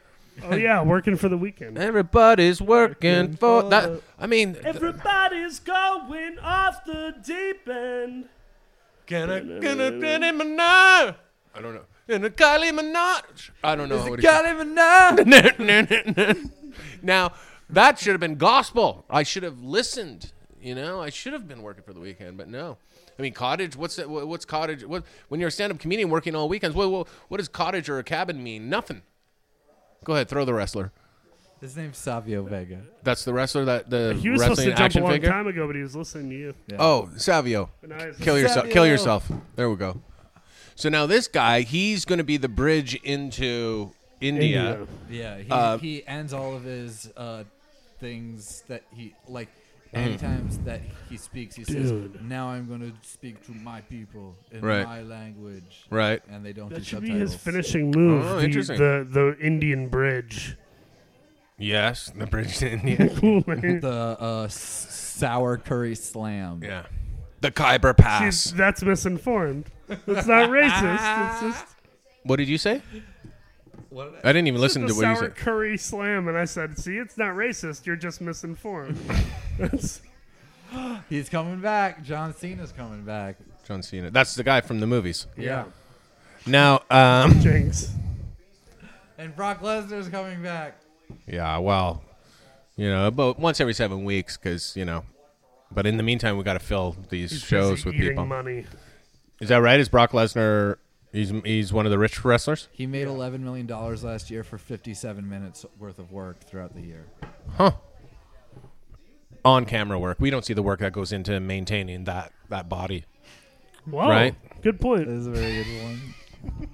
C: Oh yeah, working for the weekend.
D: Everybody's working for that. I mean,
C: Everybody's going off the deep end.
D: gonna gonna Danny Minaj. I don't know. And a Kylie Minaj. I don't know. what he
B: Got him enough.
D: said. now that should have been gospel. I should have listened. You know, I should have been working for the weekend, but no. I mean, cottage. What's that, what- what's cottage? What when you're a stand-up comedian working all weekends? What, what what does cottage or a cabin mean? Nothing. Go ahead, throw the wrestler.
B: His name's Savio Vega.
D: That's the wrestler that the
C: He was supposed
D: wrestling
C: to jump a
D: action
C: long
D: figure.
C: time ago, but he was listening to you.
D: Oh, Savio.
C: And I was
D: Kill
C: like,
D: yourself. Kill
B: Savio.
D: yourself. There we go. So now this guy, he's going to be the bridge into India.
C: India.
B: Yeah, he,
D: Uh,
B: he ends all of his uh, things that he like.
D: Mm.
B: Any times that he speaks, he says,
C: Dude.
B: "Now I'm going to speak to my people in
D: Right.
B: my language."
D: Right.
B: And they don't do
C: That should be
B: subtitles.
C: his finishing move.
D: Oh,
C: the,
D: interesting.
C: the the Indian bridge.
D: Yes, the bridge to India.
C: Cool, man.
B: The uh, s- sour curry slam.
D: yeah. The Khyber Pass.
C: She's- that's misinformed. That's not racist. It's just
D: What did you say?
B: What did
D: I didn't even listen
C: the
D: to what you
C: sour
D: said.
C: curry slam, and I said, "See, it's not racist. You're just misinformed." That's-
B: He's coming back. John Cena's coming back.
D: John Cena. That's the guy from the movies.
B: Yeah.
D: Now, um,
C: Jinx.
B: And Brock Lesnar's coming back.
D: yeah, well, you know, about once every seven weeks, because you know. But in the meantime, we got to fill these
C: He's
D: shows
C: busy
D: with
C: eating
D: people.
C: Money.
D: Is that right? Is Brock Lesnar? He's he's one of the rich wrestlers.
B: He made eleven million dollars last year for fifty-seven minutes worth of work throughout the year.
D: Huh. On camera work. We don't see the work that goes into maintaining that that body.
C: Wow.
D: Right.
C: Good point.
B: That
C: Let's
B: is a very good one.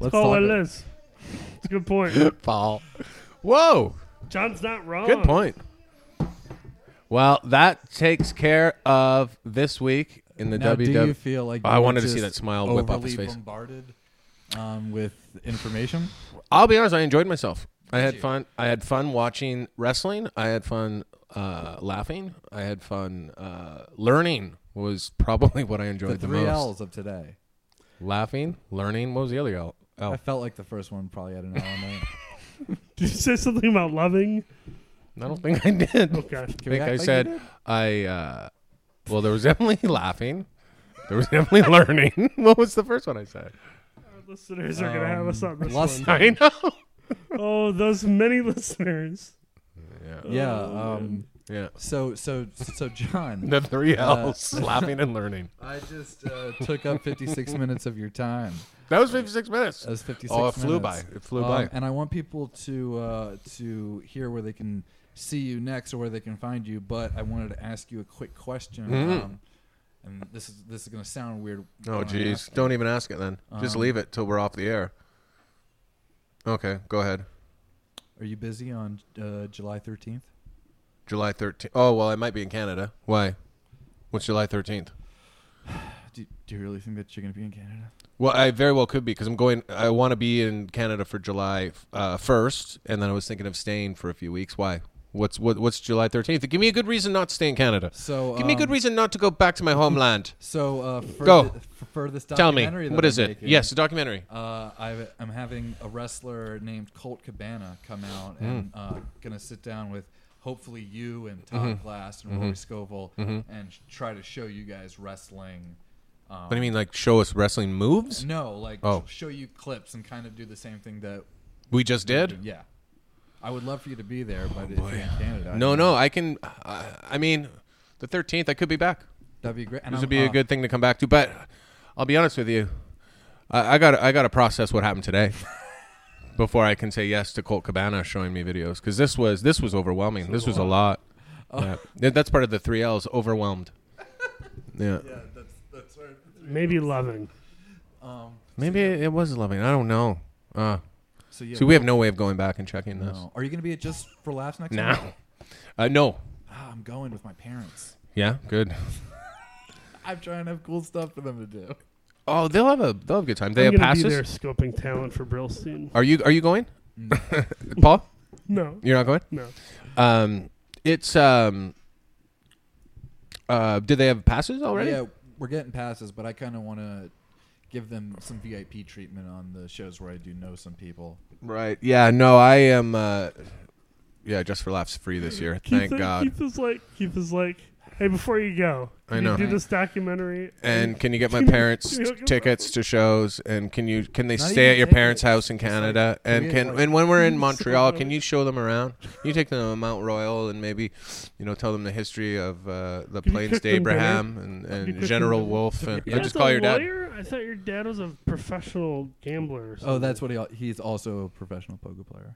B: Let's
C: call
B: talk
C: it
B: a-
C: is. It's a good point.
D: Paul. Whoa.
C: John's not wrong.
D: Good point. Well, that takes care of this week in the
B: Now,
D: WW.
B: do you feel like
D: I
B: you were
D: wanted to see
B: just
D: that smile whip off his
B: overly
D: face.
B: Bombarded um, with information.
D: I'll be honest. I enjoyed myself. I had fun. I had fun watching wrestling. I had fun uh, laughing. I had fun uh, learning. Was probably what I enjoyed
B: The
D: the,
B: three
D: most.
B: L's of today.
D: Laughing, learning. What was the other L?
B: I
D: L.
B: felt like the first one probably had an L in it.
C: Did you say something about loving?
D: I don't think I did.
C: Okay.
D: I
B: Can we act
D: think I
B: like oh, you
D: said
B: did?
D: I. Uh, well, there was definitely laughing. There was definitely learning. what was the first one I said?
C: Our listeners are
D: Um,
C: gonna have us on this
B: lust-
C: one.
D: I know.
C: Oh, those many listeners.
B: yeah. Um,
D: Yeah.
B: so so so John,
D: The three L's: laughing and learning.
B: I just uh, took up 56 minutes of your time.
D: That was 56 minutes.
B: That was 56.
D: Oh, it flew
B: minutes.
D: by. It flew
B: Um,
D: by.
B: And I want people to uh, to hear where they can see you next or where they can find you. But I wanted to ask you a quick question. Um, and this is this is gonna sound weird.
D: Mm-hmm.
B: Uh,
D: Oh,
B: when I
D: jeez.
B: ask it.
D: Don't even ask it then. Just
B: Um,
D: leave it till we're off the air. Okay, go ahead.
B: Are you busy on uh, July 13th?
D: July 13th. Oh, well, I might be in Canada. Why? What's July 13th?
B: Do, do you really think that you're gonna be in Canada?
D: Well, I very well could be because I'm going. I want to be in Canada for July uh, 1st, and then I was thinking of staying for a few weeks. Why? What's what, what's July 13th? Give me a good reason not to stay in Canada.
B: So
D: Give me a good
B: um,
D: reason not to go back to my homeland.
B: So uh, for
D: Go.
B: thi- for this
D: Tell me.
B: documentary that
D: What
B: I'm
D: is it?
B: making,
D: Yes, a documentary.
B: Uh, I've, I'm having a wrestler named Colt Cabana come out and
D: Hmm.
B: uh, gonna sit down with hopefully you and Todd
D: Mm-hmm.
B: Glass and Rory Scovel and sh- try to show you guys wrestling. Um,
D: What do you mean, like show us wrestling moves?
B: No, like
D: Oh.
B: sh- show you clips and kind of do the same thing that.
D: We just did?
B: Yeah, I would love for you to be there, but if you're in Canada, I
D: Oh, No,
B: mean,
D: no, I can. I I mean, the 13th, I could be back.
B: that'd be great. And
D: This
B: I'm,
D: would be a
B: uh,
D: good thing to come back to. But I'll be honest with you, I, I got I got to process what happened today before I can say yes to Colt Cabana showing me videos because this was this was overwhelming. This was a lot. Yeah. Yeah, That's part of the three L's. Overwhelmed. Yeah.
B: Yeah, that's that's where.
C: Maybe loving.
B: Um,
D: Maybe it, it was loving. I don't know. Uh,
B: so yeah.
D: so we have no way of going back and checking this.
B: no. Are you gonna be at just for laughs next?
D: Nah.
B: week?
D: Uh, no.
B: Ah, I'm going with my parents.
D: Yeah. Good.
B: I'm trying to have cool stuff for them to do.
D: Oh, they'll have a they'll have a good time. They
C: I'm
D: have
C: gonna be there
D: passes.
C: scoping talent for Brillstein.
D: Are you are you going? Paul,
C: No,
D: you're not going.
C: no.
D: Um, it's um. Uh, did they have passes already?
B: Yeah, we're getting passes, but I kind of want to give them some VIP treatment on the shows where I do know some people.
D: Right. Yeah. No, I am. Uh, yeah, just for laughs free this year. Thank
C: Keith, uh,
D: God.
C: Keith is like, Keith is like, hey, before you go, can
D: I know.
C: you do this documentary.
D: and can you get my
C: Can you-
D: parents
C: can you hook us
D: tickets to shows? And can you can they
B: Not
D: stay at
B: even
D: your parents'
B: tickets.
D: house in
B: Just like-
D: Canada?
B: can
D: and
B: we,
D: can
B: like-
D: and when we're in Montreal,
C: So-
D: can you show them around? Can you take them to Mount Royal and maybe, you know, tell them the history of uh, the
C: Can you
D: Plains
C: cook
D: to
C: them
D: Abraham and,
C: you
D: and
C: cook
D: General
C: them-
D: Wolfe? And,
C: Your
D: or
C: dad's
D: just call
C: a
D: your dad.
C: lawyer? I thought your dad was a professional gambler. Or
B: Oh,
C: something.
B: that's what he, he's also a professional poker player.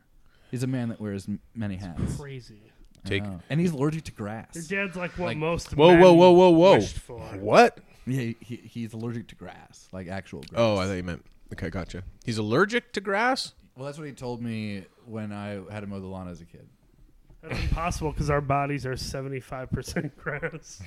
B: He's a man that wears m- many hats.
C: crazy.
B: I
D: Take-
B: know. and he's allergic to
C: Your
B: grass.
C: dad's like what
B: Like-
C: most
D: Whoa, whoa,
C: men
D: whoa, whoa, whoa!
C: wished for.
D: What?
B: Yeah, he, he, he's allergic to grass, like actual grass.
D: Oh, I thought you meant. Okay, gotcha. He's allergic to grass.
B: well, that's what he told me when I had to mow the lawn as a kid.
C: That's impossible because our bodies are 75% grass.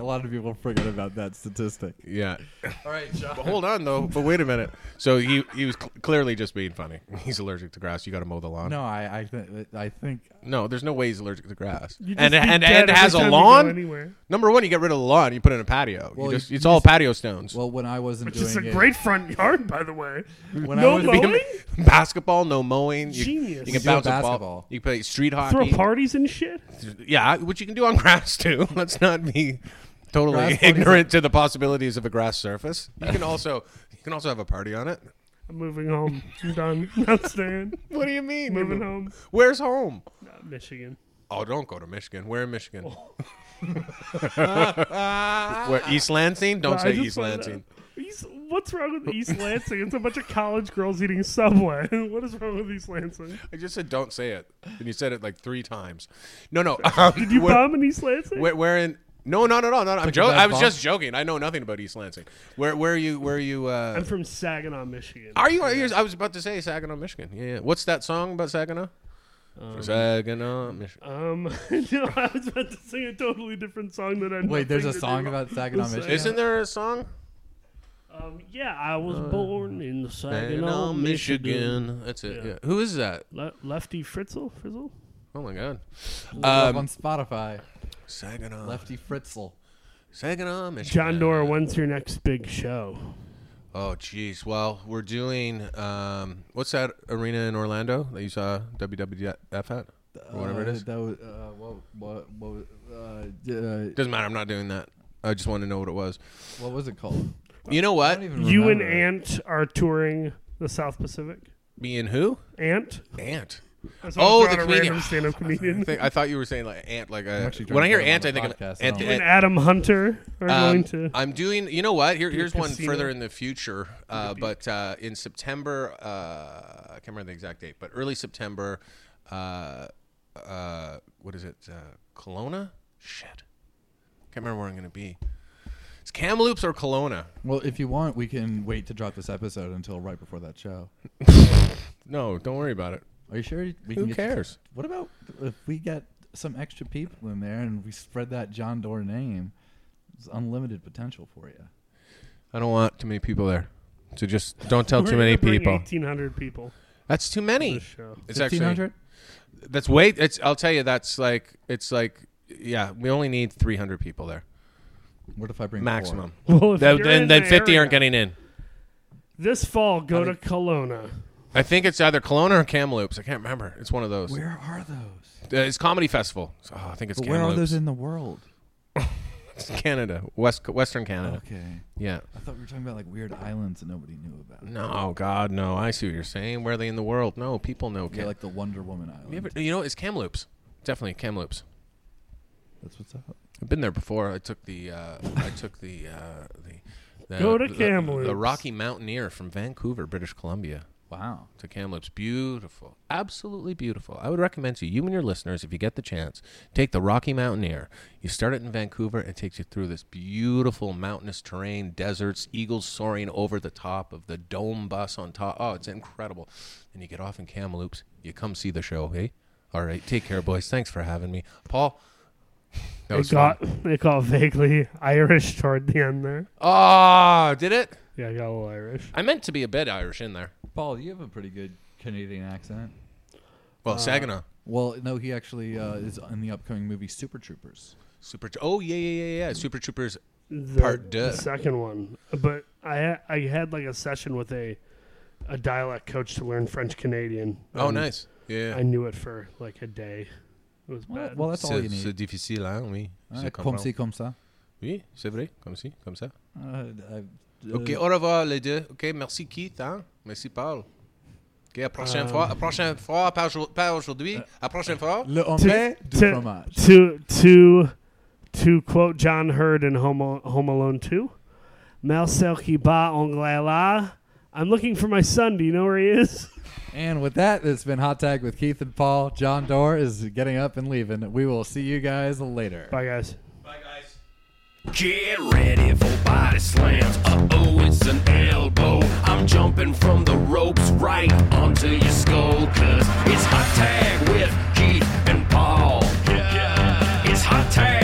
B: A lot of people forget about that statistic.
D: Yeah.
B: All right, John.
D: But hold on though. But wait a minute. So he he was cl- clearly just being funny. He's allergic to grass. You got to mow the lawn.
B: No, I I, th- I think
D: No, there's no way he's allergic to grass.
C: You
D: And
C: just be dead
D: and, and
C: every
D: has
C: time
D: a
C: you go
D: lawn.
C: anywhere.
D: Number one, you get rid of the lawn. You put in a patio. You
B: Well,
D: just-
B: you-
D: it's
B: you
D: all
B: just-
D: patio stones.
B: well when I wasn't
C: Which is a
B: doing it,
C: great front yard, by the way.
B: when
C: no
B: I was
C: mowing?
B: being-
D: Basketball, no mowing. You,
C: Genius.
D: You
C: We
D: can
B: do
D: bounce a ball.
B: basketball.
D: You can play street
C: Throw
D: hockey.
C: parties and shit.
D: Yeah, which you can do on grass too. Let's not be
B: Grass
D: totally
B: parties
D: ignorant to the possibilities of a grass surface. You can also you can also have a party on it.
C: I'm moving home. I'm done. Not staying.
D: What do you mean?
C: Moving home.
D: Where's home?
C: Not Michigan.
D: Oh, don't go to Michigan. Where in Michigan? Where East Lansing? Don't
C: But I
D: say
C: just
D: East
C: found
D: Lansing.
C: out- East, what's wrong with East Lansing? It's a bunch of college girls eating Subway. what is wrong with East Lansing?
D: I just said don't say it, and you said it like three times. No, no. Um,
C: Did you
D: where,
C: bomb in East Lansing?
D: Where, where in? No, not at all. Not, I'm
B: a
D: joking.
B: bad
D: I was
B: bomb.
D: just joking. I know nothing about East Lansing. Where, where are you? Where are you? Uh,
C: I'm from Saginaw, Michigan.
D: Are you? Are you? I was about to say Saginaw, Michigan. Yeah, yeah. What's that song about Saginaw?
B: Um,
D: Saginaw,
B: Oh,
D: Michigan.
C: Um, no, I was about to sing a totally different song that I. had
B: Wait, there's
C: nothing
B: a
C: to
B: song
C: do
B: about
C: with
B: Saginaw, Michigan?
D: Isn't there a song?
C: Um, yeah, I was born in Saginaw, Michigan.
D: That's it.
C: Yeah.
D: Yeah. Who is that?
C: Le- Lefty Fritzl, Frizzle.
D: Oh my God.
B: Look up
D: Um,
B: on Spotify,
D: Saginaw.
B: Lefty Fritzl.
D: Saginaw, Michigan.
C: John Dora, when's your next big show?
D: Oh, jeez. Well, we're doing um, what's that arena in Orlando that you saw WWF at, or whatever it
B: Uh,
D: is.
B: That was, uh, what, what, what, was- uh, d- uh,
D: Doesn't matter. I'm not doing that. I just want to know what it was.
B: what was it called?
D: You know
B: I
D: what?
B: don't even
C: You and
B: remember.
C: Ant are touring the South Pacific.
D: Me and who?
C: Ant?
D: Ant.
C: That's
D: Oh,
C: what I
D: the
C: thought, a
D: comedian.
C: random stand-up
D: I,
C: comedian.
D: think, I thought you were saying like ant, like a,
B: actually trying
D: when I
B: to
D: hear
B: get him on
D: ant,
B: the
D: I think of
B: podcast. I don't
D: ant.
C: You and
D: ant-
C: Adam Hunter are
D: um,
C: going to.
D: I'm doing. You know what? Here, here's one
C: casino.
D: further in the future. Uh, but uh, in September, uh, I can't remember the exact date, but early September. Uh, uh, what is it? Uh, Kelowna? Shit, can't remember where I'm gonna be. It's Kamloops or Kelowna?
B: Well, if you want, we can wait to drop this episode until right before that show.
D: No, don't worry about it.
B: Are you sure? We
D: Who
B: get to-
D: cares?
B: what about if we get some extra people in there and we spread that John Doerr name? There's unlimited potential for you.
D: I don't want too many people there. So just don't tell
C: We're
D: too many
C: gonna bring
D: people.
C: 1,800 people
D: That's too
C: to
D: many.
C: this show.
D: It's
B: Fifteen
D: actually
B: hundred.
D: that's way. It's I'll tell you. That's like it's like yeah. We only need 300 people there
B: What if I bring four?
D: maximum.
C: Well, if
D: Th-
C: you're in
D: then then
C: the
D: 50 aren't
C: area-
D: getting in.
C: This fall, go to Kelowna.
D: I think it's either Kelowna or Kamloops. I can't remember. It's one of those.
B: Where are those?
D: Uh, it's Comedy Festival. So- oh, I think it's
B: But where are
D: Kamloops.
B: those in the world?
D: It's Canada, West Western Canada.
B: Okay,
D: Yeah.
B: I thought we were talking about like weird islands that nobody knew about.
D: No, oh, God, no. I see what you're saying. Where are they in the world? No, people know.
B: Yeah,
D: Cam-
B: like the Wonder Woman island.
D: you, ever, you know, it's Kamloops. Definitely Kamloops.
B: That's what's up.
D: I've been there before. I took the uh, I took the uh, the, the
C: Go to
D: the-
C: Kamloops.
D: the Rocky Mountaineer from Vancouver, British Columbia.
B: Wow.
D: to Kamloops. Beautiful. Absolutely beautiful. I would recommend to you and your listeners, if you get the chance, take the Rocky Mountaineer. You start it in Vancouver, it takes you through this beautiful mountainous terrain, deserts, eagles soaring over the top of the dome bus on top. Oh, it's incredible. And you get off in Kamloops. You come see the show, hey? All right. Take care, boys. Thanks for having me. Paul. That
C: They
D: was fun.
C: got they got vaguely Irish toward the end there.
D: Oh, did it?
C: Yeah, I got a little Irish.
D: I meant to be a bit Irish in there.
B: Paul, you have a pretty good Canadian accent.
D: Well, Saginaw.
B: Well, no, he actually uh, is in the upcoming movie Super Troopers.
D: Super. Oh, yeah, yeah, yeah, yeah. Super Troopers.
C: The,
D: Part
C: the
D: deux.
C: second one, but I I had like a session with a a dialect coach to learn French Canadian.
D: Oh,
C: and
D: nice. Yeah.
C: Um, I knew it for like a day. It was
B: Well,
C: bad.
B: well that's all you
D: C'est
B: need.
D: difficile, hein, oui.
B: Uh, comme ci, comme ça.
D: Oui, c'est vrai, comme ci, comme ça.
B: Uh, I- uh,
D: Ok, au revoir les deux. Ok, merci Keith, hein. Merci Paul. Ok, à prochaine
C: Euh.
D: fois. À prochaine fois, pas, aujourd- pas aujourd'hui. À prochaine fois.
B: Le omelette du
C: to-
B: fromage.
C: to to to quote John Hurd in Home, Al- Home Alone 2, Marcel qui bat anglais là. I'm looking for my son. Do you know where he is?
B: And with that, it's been Hot Tag with Keith and Paul. John Doerr is getting up and leaving. We will see you guys later.
C: Bye, guys.
D: Bye, guys.
A: Get ready for body slams. Uh oh, it's an elbow. I'm jumping from the ropes right onto your skull. Cause it's hot tag with Keith and Paul. Yeah. It's hot tag.